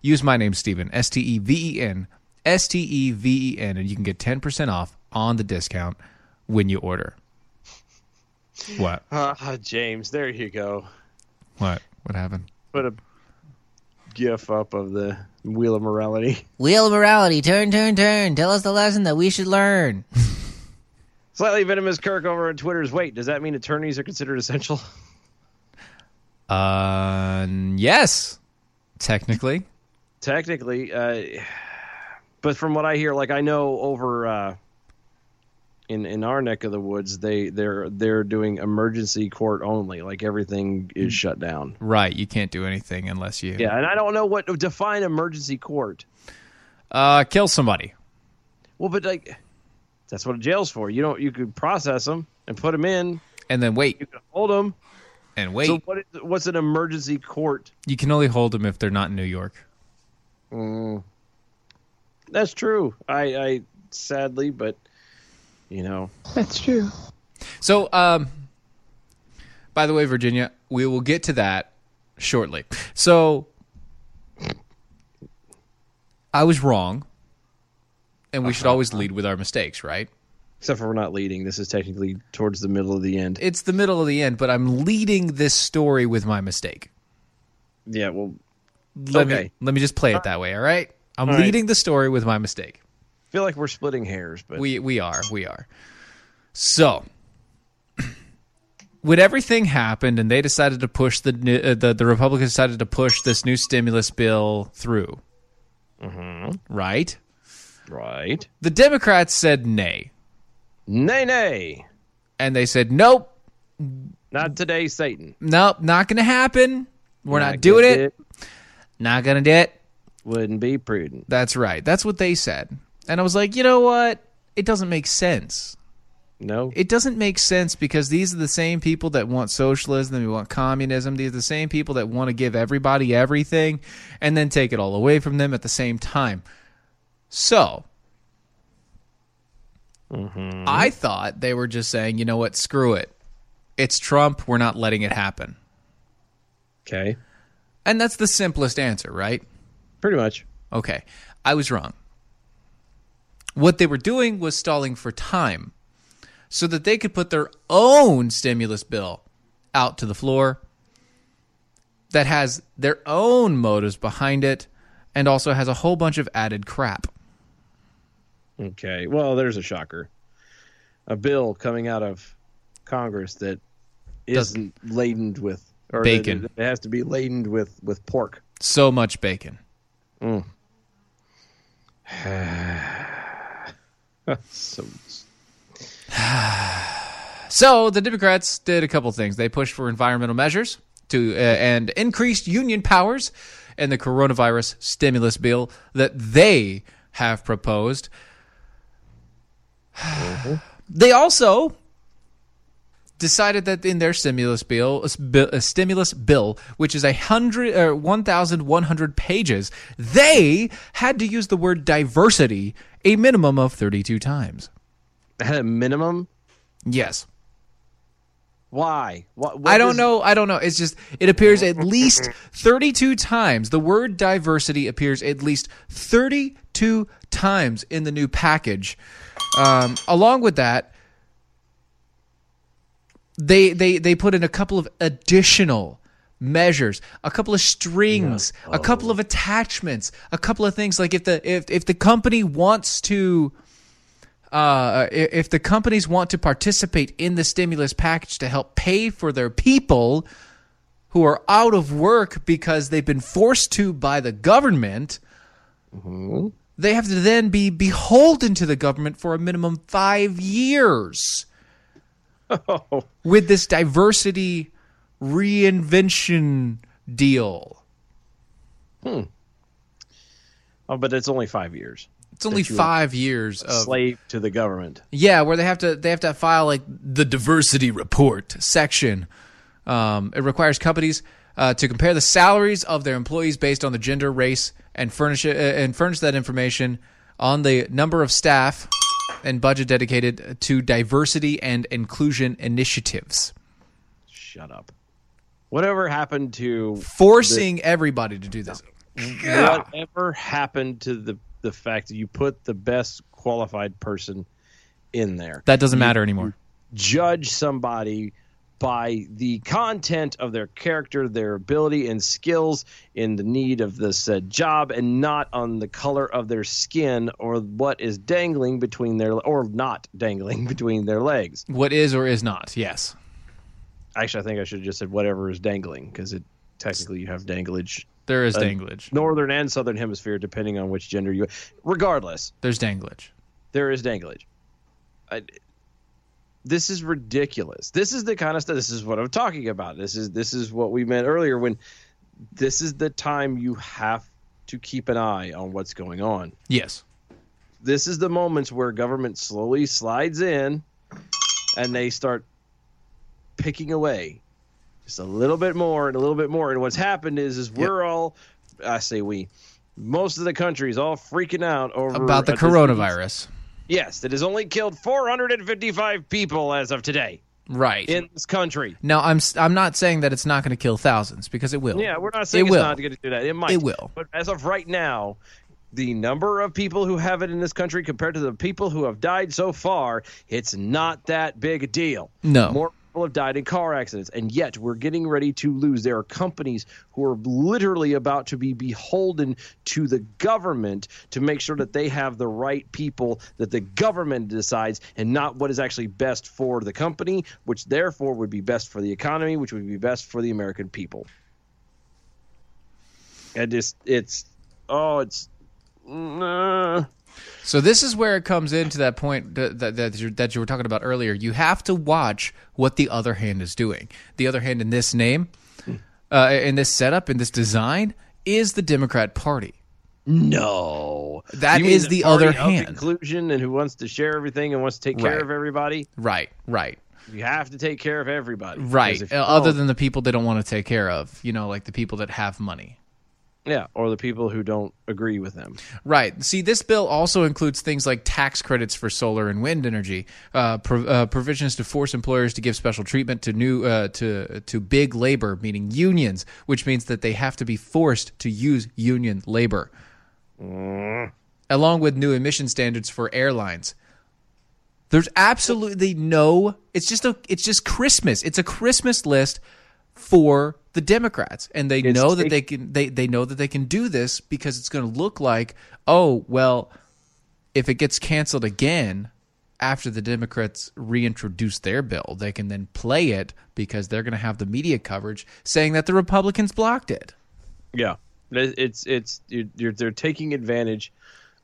Speaker 7: use my name, Steven. S T E V E N. S T E V E N. And you can get 10% off on the discount when you order. What?
Speaker 6: Ah, James, there you go.
Speaker 7: What? What happened?
Speaker 6: Put a gif up of the wheel of morality.
Speaker 14: Wheel of morality, turn, turn, turn. Tell us the lesson that we should learn.
Speaker 6: Slightly venomous Kirk over on Twitter's wait, does that mean attorneys are considered essential?
Speaker 7: Uh, yes, technically.
Speaker 6: Technically, uh, but from what I hear, like I know over uh, in in our neck of the woods, they they're they're doing emergency court only. Like everything is shut down.
Speaker 7: Right. You can't do anything unless you
Speaker 6: Yeah, and I don't know what define emergency court.
Speaker 7: uh, kill somebody.
Speaker 6: Well, but like that's what a jail's for. You don't you could process them and put them in
Speaker 7: and then wait.
Speaker 6: You could hold them
Speaker 7: and wait.
Speaker 6: So what is, what's an emergency court?
Speaker 7: You can only hold them if they're not in New York.
Speaker 6: Mm, that's true. I I sadly, but you know,
Speaker 7: That's true. So, um, by the way, Virginia, we will get to that shortly. So, I was wrong, and we should always lead with our mistakes, right?
Speaker 6: except for we're not leading. This is technically towards the middle of the end.
Speaker 7: It's the middle of the end, but I'm leading this story with my mistake.
Speaker 6: Yeah, well,
Speaker 7: let
Speaker 6: okay.
Speaker 7: me let me just play it that way. All right, I'm
Speaker 6: All right.
Speaker 7: leading the story with my mistake.
Speaker 6: feel like we're splitting hairs, but
Speaker 7: We we are we are. So, when everything happened and they decided to push the new- uh, the the Republicans decided to push this new stimulus bill through,
Speaker 6: Mm-hmm.
Speaker 7: right?
Speaker 6: Right.
Speaker 7: The Democrats said nay,
Speaker 6: nay nay,
Speaker 7: and they said nope,
Speaker 6: not today, Satan.
Speaker 7: nope, not going to happen. We're not,
Speaker 6: Not
Speaker 7: doing
Speaker 6: gonna
Speaker 7: it.
Speaker 6: do
Speaker 7: Not going to do it.
Speaker 6: Wouldn't be prudent.
Speaker 7: That's right. That's what they said, and I was like, you know what? It doesn't make sense.
Speaker 6: No.
Speaker 7: It doesn't make sense because these are the same people that want socialism, they want communism. These are the same people that want to give everybody everything and then take it all away from them at the same time. So, I thought they were just saying, you know what, screw it. It's Trump. We're not letting it happen.
Speaker 6: Okay.
Speaker 7: And that's the simplest answer, right?
Speaker 6: Pretty much.
Speaker 7: Okay. I was wrong. What they were doing was stalling for time so that they could put their own stimulus bill out to the floor that has their own motives behind it and also has a whole bunch of added crap.
Speaker 6: Okay. Well, there's a shocker. A bill coming out of Congress that isn't laden with or that-
Speaker 7: Bacon.
Speaker 6: that It has to be laden with with pork.
Speaker 7: So much bacon.
Speaker 6: so
Speaker 7: So the Democrats did a couple things. They pushed for environmental measures to uh, and increased union powers and the coronavirus stimulus bill that they have proposed. They also decided that in their stimulus bill, s- bi- uh, stimulus bill, which is a hundred or one thousand one hundred pages, they had to use the word diversity a minimum of thirty-two times.
Speaker 6: At a minimum,
Speaker 7: yes.
Speaker 6: Why? What,
Speaker 7: I don't know. I don't know. It's just it appears at least 32 times. The word diversity appears at least 32 times in the new package. Um, along with that, they they they put in a couple of additional measures, a couple of strings, a couple of attachments, a couple of things like if the if if the company wants to uh, i- if the companies want to participate in the stimulus package to help pay for their people who are out of work because they've been forced to by the government,
Speaker 6: Mm-hmm.
Speaker 7: they have to then be beholden to the government for a minimum five years with this diversity reinvention deal.
Speaker 6: Hmm. Oh, but it's only five years.
Speaker 7: It's only
Speaker 6: that you are
Speaker 7: five years
Speaker 6: a
Speaker 7: of
Speaker 6: slave to the government.
Speaker 7: Yeah, where they have to they have to file like the diversity report section. Um, it requires companies uh, to compare the salaries of their employees based on the gender, race, and furnish uh, and furnish that information on the number of staff and budget dedicated to diversity and inclusion initiatives,
Speaker 6: Shut up. Whatever happened to
Speaker 7: forcing everybody to do this.
Speaker 6: the, whatever happened to the the fact that you put the best qualified person in there?
Speaker 7: That doesn't
Speaker 6: You
Speaker 7: matter anymore.
Speaker 6: Judge somebody by the content of their character, their ability and skills in the need of the said job, and not on the color of their skin or what is dangling between their or not dangling between their legs.
Speaker 7: What is or is not? Yes.
Speaker 6: Actually, I think I should have just said whatever is dangling because it technically you have danglage.
Speaker 7: There is
Speaker 6: uh,
Speaker 7: danglage.
Speaker 6: northern and southern hemisphere, depending on which gender you. Regardless,
Speaker 7: there's danglage.
Speaker 6: There is danglage. I, this is ridiculous. This is the kind of stuff. This is what I'm talking about. This is this is what we meant earlier when this is the time you have to keep an eye on what's going on.
Speaker 7: Yes.
Speaker 6: This is the moments where government slowly slides in and they start picking away just a little bit more and a little bit more. And what's happened is is we're all I say we most of the country's all freaking out over
Speaker 7: About the
Speaker 6: a disease-
Speaker 7: coronavirus.
Speaker 6: Yes, that has only killed 455 people as of today.
Speaker 7: Right.
Speaker 6: In this country.
Speaker 7: Now I'm s- I'm not saying that it's not going to kill thousands because it will.
Speaker 6: Yeah, we're not saying
Speaker 7: it
Speaker 6: it's
Speaker 7: will.
Speaker 6: not going to do that. It might.
Speaker 7: It will.
Speaker 6: But as of right now, the number of people who have it in this country compared to the people who have died so far, it's not that big a deal.
Speaker 7: No.
Speaker 6: More people have died in car accidents, and yet we're getting ready to lose. There are companies who are literally about to be beholden to the government to make sure that they have the right people that the government decides and not what is actually best for the company, which therefore would be best for the economy, which would be best for the American people. I just it's oh it's
Speaker 7: So this is where it comes into that point that that, that, you, that you were talking about earlier. You have to watch what the other hand is doing. The other hand in this name,
Speaker 6: Hmm.
Speaker 7: uh, in this setup, in this design, is the Democrat Party.
Speaker 6: No,
Speaker 7: that
Speaker 6: You mean
Speaker 7: is the, other
Speaker 6: party of
Speaker 7: hand.
Speaker 6: inclusion and who wants to share everything and wants to take care
Speaker 7: Right.
Speaker 6: of everybody.
Speaker 7: Right, right,
Speaker 6: You have to take care of everybody.
Speaker 7: right.
Speaker 6: Because if
Speaker 7: Uh,
Speaker 6: you
Speaker 7: Other
Speaker 6: don't-
Speaker 7: than the people they don't want to take care of, you know, like the people that have money.
Speaker 6: yeah, or the people who don't agree with them.
Speaker 7: Right. See, this bill also includes things like tax credits for solar and wind energy, uh, pro- uh, provisions to force employers to give special treatment to new uh, to to big labor, meaning unions, which means that they have to be forced to use union labor, along with new emission standards for airlines. There's absolutely no. It's just a. It's just Christmas. It's a Christmas list for the Democrats, and they know that they can. They they know that they can do this because it's going to look like, oh well, if it gets canceled again after the Democrats reintroduce their bill, they can then play it because they're going to have the media coverage saying that the Republicans blocked it.
Speaker 6: Yeah, It- it's it's you're, you're, they're taking advantage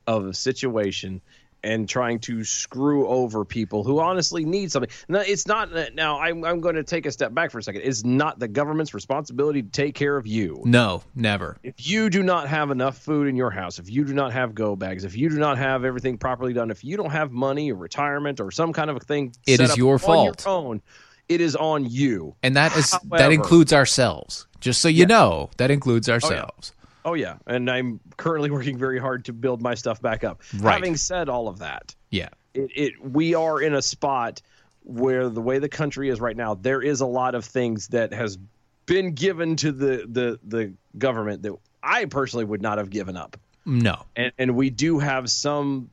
Speaker 6: of a situation and trying to screw over people who honestly need something. Now, it's not that- now. I'm I'm going to take a step back for a second. It's not the government's responsibility to take care of you.
Speaker 7: No, never.
Speaker 6: If you do not have enough food in your house, if you do not have go bags, if you do not have everything properly done, if you don't have money or retirement or some kind of a thing,
Speaker 7: It
Speaker 6: set
Speaker 7: is
Speaker 6: up
Speaker 7: your
Speaker 6: on
Speaker 7: fault.
Speaker 6: Your own, it is on you.
Speaker 7: And that is that
Speaker 6: However-
Speaker 7: includes ourselves. Just so you know, that includes ourselves.
Speaker 6: Oh yeah, and I'm currently working very hard to build my stuff back up.
Speaker 7: Right.
Speaker 6: Having said all of that,
Speaker 7: Yeah.
Speaker 6: it, it we are in a spot where the way the country is right now, there is a lot of things that has been given to the the the government that I personally would not have given up,
Speaker 7: No.
Speaker 6: and and we do have some.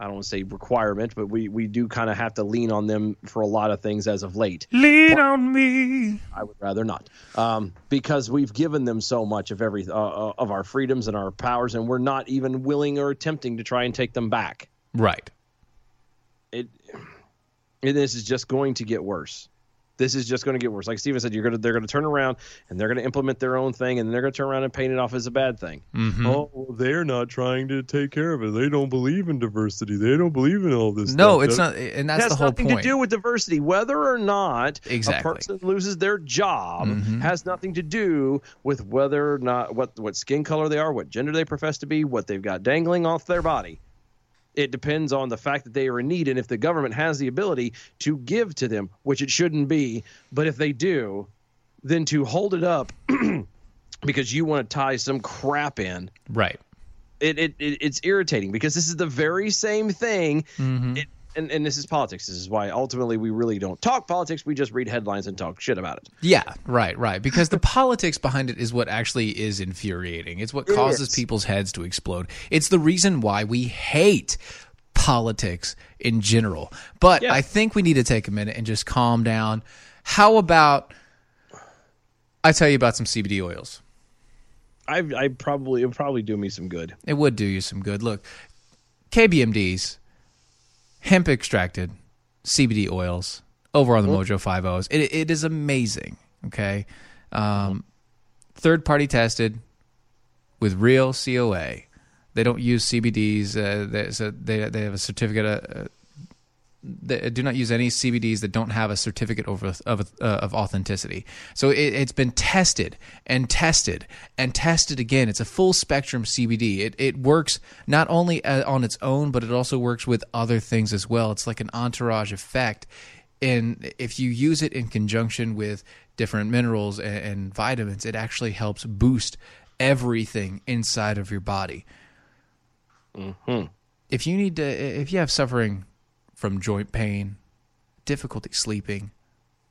Speaker 6: I don't want to say requirement, but we we do kind of have to lean on them for a lot of things as of late.
Speaker 7: Lean on me.
Speaker 6: I would rather not, um, because we've given them so much of every uh, uh, of our freedoms and our powers, and we're not even willing or attempting to try and take them back.
Speaker 7: Right.
Speaker 6: It, and this is just going to get worse. This is just going to get worse. Like Steven said, you're gonna they're gonna turn around and they're gonna implement their own thing, and they're gonna turn around and paint it off as a bad thing.
Speaker 7: Mhm.
Speaker 6: Oh, well, they're not trying to take care of it. They don't believe in diversity. They don't believe in all this.
Speaker 7: No,
Speaker 6: stuff.
Speaker 7: it's
Speaker 6: That-
Speaker 7: not- and that's the whole
Speaker 6: nothing
Speaker 7: point.
Speaker 6: to do with diversity. Whether or not
Speaker 7: Exactly.
Speaker 6: a person loses their job
Speaker 7: Mhm.
Speaker 6: has nothing to do with whether or not what what skin color they are, what gender they profess to be, what they've got dangling off their body. It depends on the fact that they are in need, and if the government has the ability to give to them, which it shouldn't be, but if they do, then to hold it up because you want to tie some crap in.
Speaker 7: Right.
Speaker 6: It, it, it it's irritating because this is the very same thing
Speaker 7: Mhm.
Speaker 6: it, and, and this is politics. This is why ultimately we really don't talk politics. We just read headlines and talk shit about it.
Speaker 7: Yeah, right, right. Because the politics behind it is what actually is infuriating. It's what
Speaker 6: It
Speaker 7: causes
Speaker 6: is.
Speaker 7: people's heads to explode. It's the reason why we hate politics in general. But I think we need to take a minute and just calm down. How about I tell you about some CBD oils?
Speaker 6: I, I probably it would probably do me some good.
Speaker 7: It would do you some good. Look, KBMD's hemp extracted CBD oils over on the Mojo Five O's. It, it is amazing. Okay, um, third party tested with real COA. They don't use CBDs. Uh, they, so they they have a certificate. Uh, uh, th- do not use any CBDs that don't have a certificate of of, uh, of authenticity. So it, it's been tested and tested and tested again. It's a full spectrum CBD. It it works not only uh, on its own, but it also works with other things as well. It's like an entourage effect. And if you use it in conjunction with different minerals and, and vitamins, it actually helps boost everything inside of your body.
Speaker 6: Mm-hmm.
Speaker 7: If you need to, if you have suffering from joint pain, difficulty sleeping,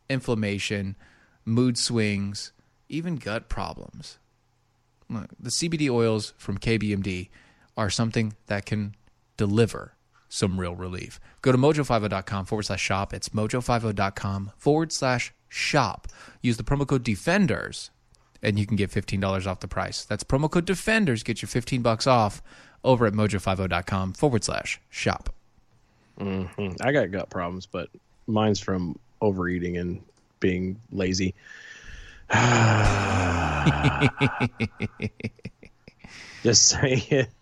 Speaker 7: inflammation, mood swings, even gut problems, look, the CBD oils from KBMD are something that can deliver some real relief. Go to mojo50.com forward slash shop. It's mojo50.com forward slash shop. Use the promo code DEFENDERS and you can get $15 off the price. That's promo code DEFENDERS. Get your 15 bucks off over at mojo50.com forward slash shop.
Speaker 6: hmm I got gut problems, but mine's from overeating and being lazy. Just saying.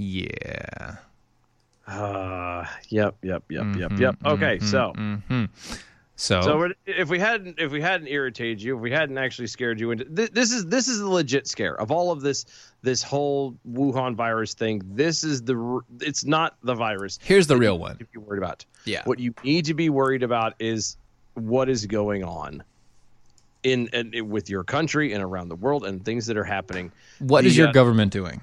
Speaker 7: Yeah.
Speaker 6: Uh, yep, yep, yep, yep, yep. Okay, so
Speaker 7: mhm. so,
Speaker 6: So we're- if we hadn't if we hadn't irritated you, if we hadn't actually scared you into th- this is this is a legit scare of all of this this whole Wuhan virus thing. This is the r- it's not the virus.
Speaker 7: Here's the real one.
Speaker 6: To be worried about.
Speaker 7: Yeah.
Speaker 6: What you need to be worried about is what is going on in and in- with your country and around the world and things that are happening.
Speaker 7: what
Speaker 6: The,
Speaker 7: is your
Speaker 6: uh,
Speaker 7: government doing?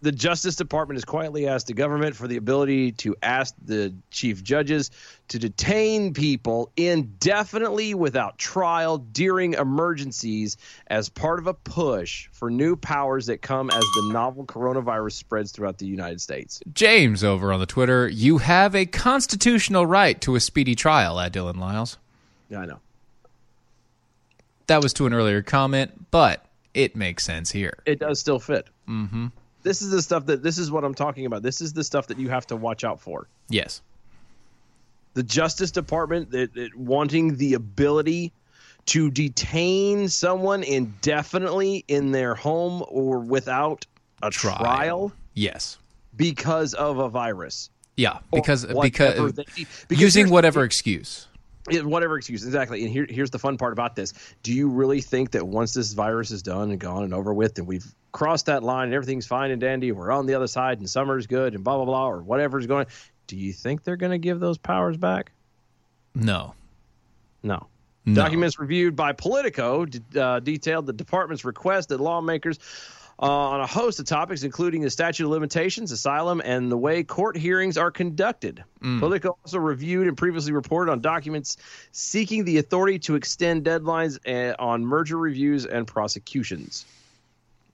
Speaker 6: the Justice Department has quietly asked the government for the ability to ask the chief judges to detain people indefinitely without trial during emergencies as part of a push for new powers that come as the novel coronavirus spreads throughout the United States.
Speaker 7: James over on the Twitter, you have a constitutional right to a speedy trial at Dylan Lyles.
Speaker 6: Yeah, I know.
Speaker 7: That was to an earlier comment, but it makes sense here.
Speaker 6: It does still fit.
Speaker 7: hmm
Speaker 6: This is the stuff that this is what I'm talking about. This is the stuff that you have to watch out for.
Speaker 7: Yes.
Speaker 6: the Justice Department that, that wanting the ability to detain someone indefinitely in their home or without a trial,
Speaker 7: Yes.
Speaker 6: because of a virus.
Speaker 7: Yeah.
Speaker 6: Or
Speaker 7: Because
Speaker 6: whatever
Speaker 7: because,
Speaker 6: they- because
Speaker 7: using
Speaker 6: here's-
Speaker 7: whatever excuse.
Speaker 6: Yeah, whatever excuse, exactly. And here, here's the fun part about this: Do you really think that once this virus is done and gone and over with, and we've crossed that line and everything's fine and dandy, and we're on the other side, and summer's good, and blah blah blah, or whatever's going? Do you think they're going to give those powers back?
Speaker 7: No.
Speaker 6: No. Documents reviewed by Politico d- uh, detailed the department's request that lawmakers uh, on a host of topics, including the statute of limitations, asylum, and the way court hearings are conducted.
Speaker 7: Mm.
Speaker 6: Politico also reviewed and previously reported on documents seeking the authority to extend deadlines uh, on merger reviews and prosecutions.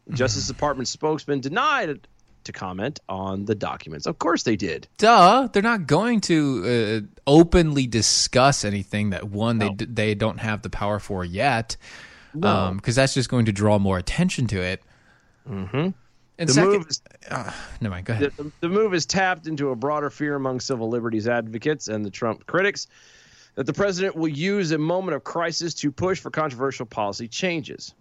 Speaker 7: Mm-hmm.
Speaker 6: Justice Department spokesman denied to comment on the documents. Of course they did.
Speaker 7: Duh, they're not going to uh, openly discuss anything that one they d- they don't have the power for yet, because
Speaker 6: No.
Speaker 7: that's just going to draw more attention to it.
Speaker 6: Mm-hmm.
Speaker 7: And
Speaker 6: The
Speaker 7: second,
Speaker 6: move is-
Speaker 7: uh, never mind. Go ahead.
Speaker 6: The, the- the move has tapped into a broader fear among civil liberties advocates and the Trump critics that the president will use a moment of crisis to push for controversial policy changes.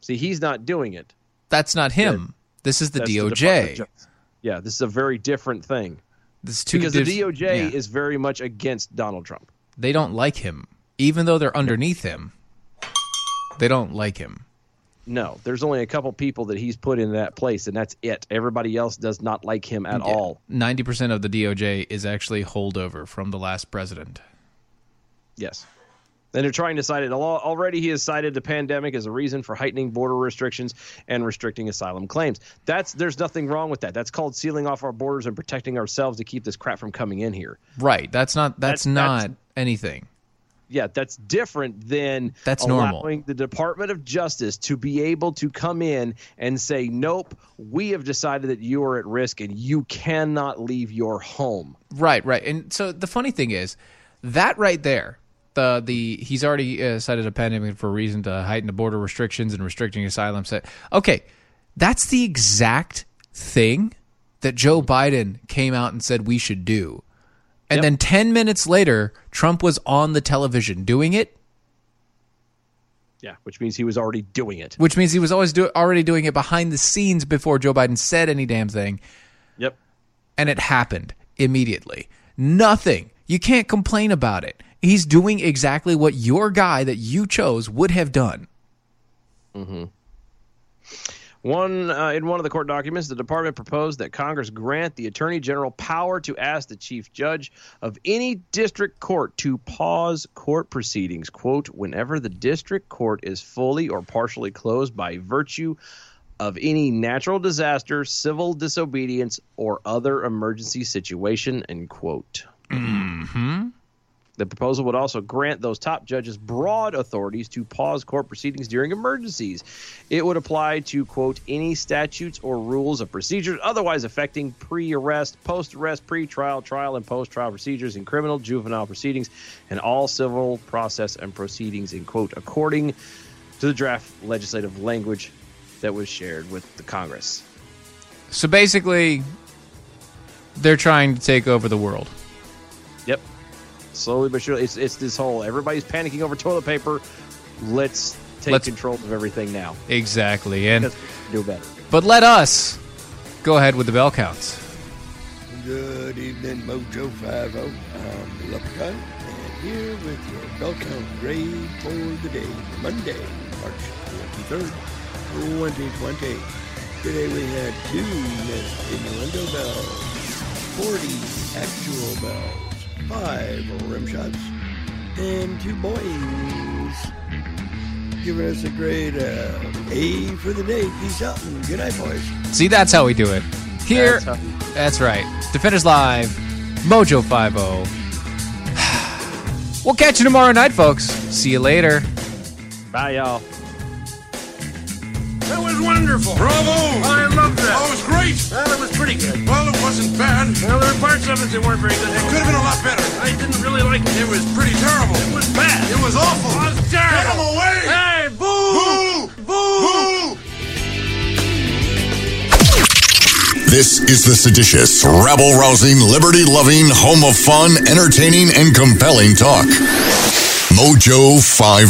Speaker 6: See, he's not doing it.
Speaker 7: That's not him. This is the
Speaker 6: That's
Speaker 7: DOJ.
Speaker 6: Department of Justice. yeah, this is a very different thing.
Speaker 7: This two
Speaker 6: because
Speaker 7: diff-
Speaker 6: the DOJ
Speaker 7: yeah.
Speaker 6: is very much against Donald Trump.
Speaker 7: they don't like him, even though they're underneath him. They don't like him.
Speaker 6: No, there's only a couple people that he's put in that place, and that's it. Everybody else does not like him at all.
Speaker 7: Ninety percent of the DOJ is actually holdover from the last president.
Speaker 6: Yes. And they're trying to cite it. Al- Already, he has cited the pandemic as a reason for heightening border restrictions and restricting asylum claims. That's there's nothing wrong with that. That's called sealing off our borders and protecting ourselves to keep this crap from coming in here.
Speaker 7: Right. That's not. That's,
Speaker 6: That's-
Speaker 7: not
Speaker 6: that's-
Speaker 7: anything.
Speaker 6: Yeah, that's different than
Speaker 7: That's
Speaker 6: allowing
Speaker 7: normal.
Speaker 6: the Department of Justice to be able to come in and say, "Nope, we have decided that you are at risk and you cannot leave your home."
Speaker 7: Right, right. And so the funny thing is that right there, the the he's already uh, cited a pandemic for a reason to heighten the border restrictions and restricting asylum. Set. Okay, that's the exact thing that Joe Biden came out and said we should do. And then 10 minutes later, Trump was on the television doing it,
Speaker 6: Yeah, which means he was already doing it.
Speaker 7: which means he was always do- already doing it behind the scenes before Joe Biden said any damn thing.
Speaker 6: Yep.
Speaker 7: And it happened immediately. Nothing. You can't complain about it. He's doing exactly what your guy that you chose would have done.
Speaker 6: Mm-hmm. One uh, in one of the court documents, the department proposed that Congress grant the attorney general power to ask the chief judge of any district court to pause court proceedings. "Quote: Whenever the district court is fully or partially closed by virtue of any natural disaster, civil disobedience, or other emergency situation." End quote.
Speaker 7: Mm-hmm.
Speaker 6: The proposal would also grant those top judges broad authorities to pause court proceedings during emergencies. It would apply to, quote, any statutes or rules of procedures otherwise affecting pre arrest, post arrest, pre trial, trial, and post trial procedures in criminal, juvenile proceedings, and all civil process and proceedings, in, quote, according to the draft legislative language that was shared with the Congress.
Speaker 7: So basically, they're trying to take over the world.
Speaker 6: Yep. Slowly but surely, it's it's this whole everybody's panicking over toilet paper. Let's take
Speaker 7: Let's-
Speaker 6: control of everything now.
Speaker 7: Exactly. And
Speaker 6: Do better.
Speaker 7: but let us go ahead with the bell counts.
Speaker 15: Good evening, Mojo 5 I'm the Leprechaun, and here with your bell count grade for the day, Monday, March 23rd, 2020. Today we had two missed innuendo bells, 40 actual bells, 5 rim shots, and 2 boings. Giving us a grade of A for the day. Peace out and good night, boys.
Speaker 7: See, that's how we do it. Here,
Speaker 15: That's
Speaker 7: that's, right. Defenders Live, Mojo 50. we'll catch you tomorrow night, folks. See you later.
Speaker 6: Bye, y'all.
Speaker 16: That was wonderful. Bravo! I loved that. Oh, it was great. Well, it was pretty good. Well, it wasn't bad. Well, there were parts of it that weren't very good. It could have been a lot better. I didn't really like it. It was pretty terrible. It was bad. It was awful. It was terrible. Get him away! Hey, boo! Boo! Boo! boo.
Speaker 17: This is the seditious, rabble rousing, liberty loving, home of fun, entertaining, and compelling talk. Mojo 5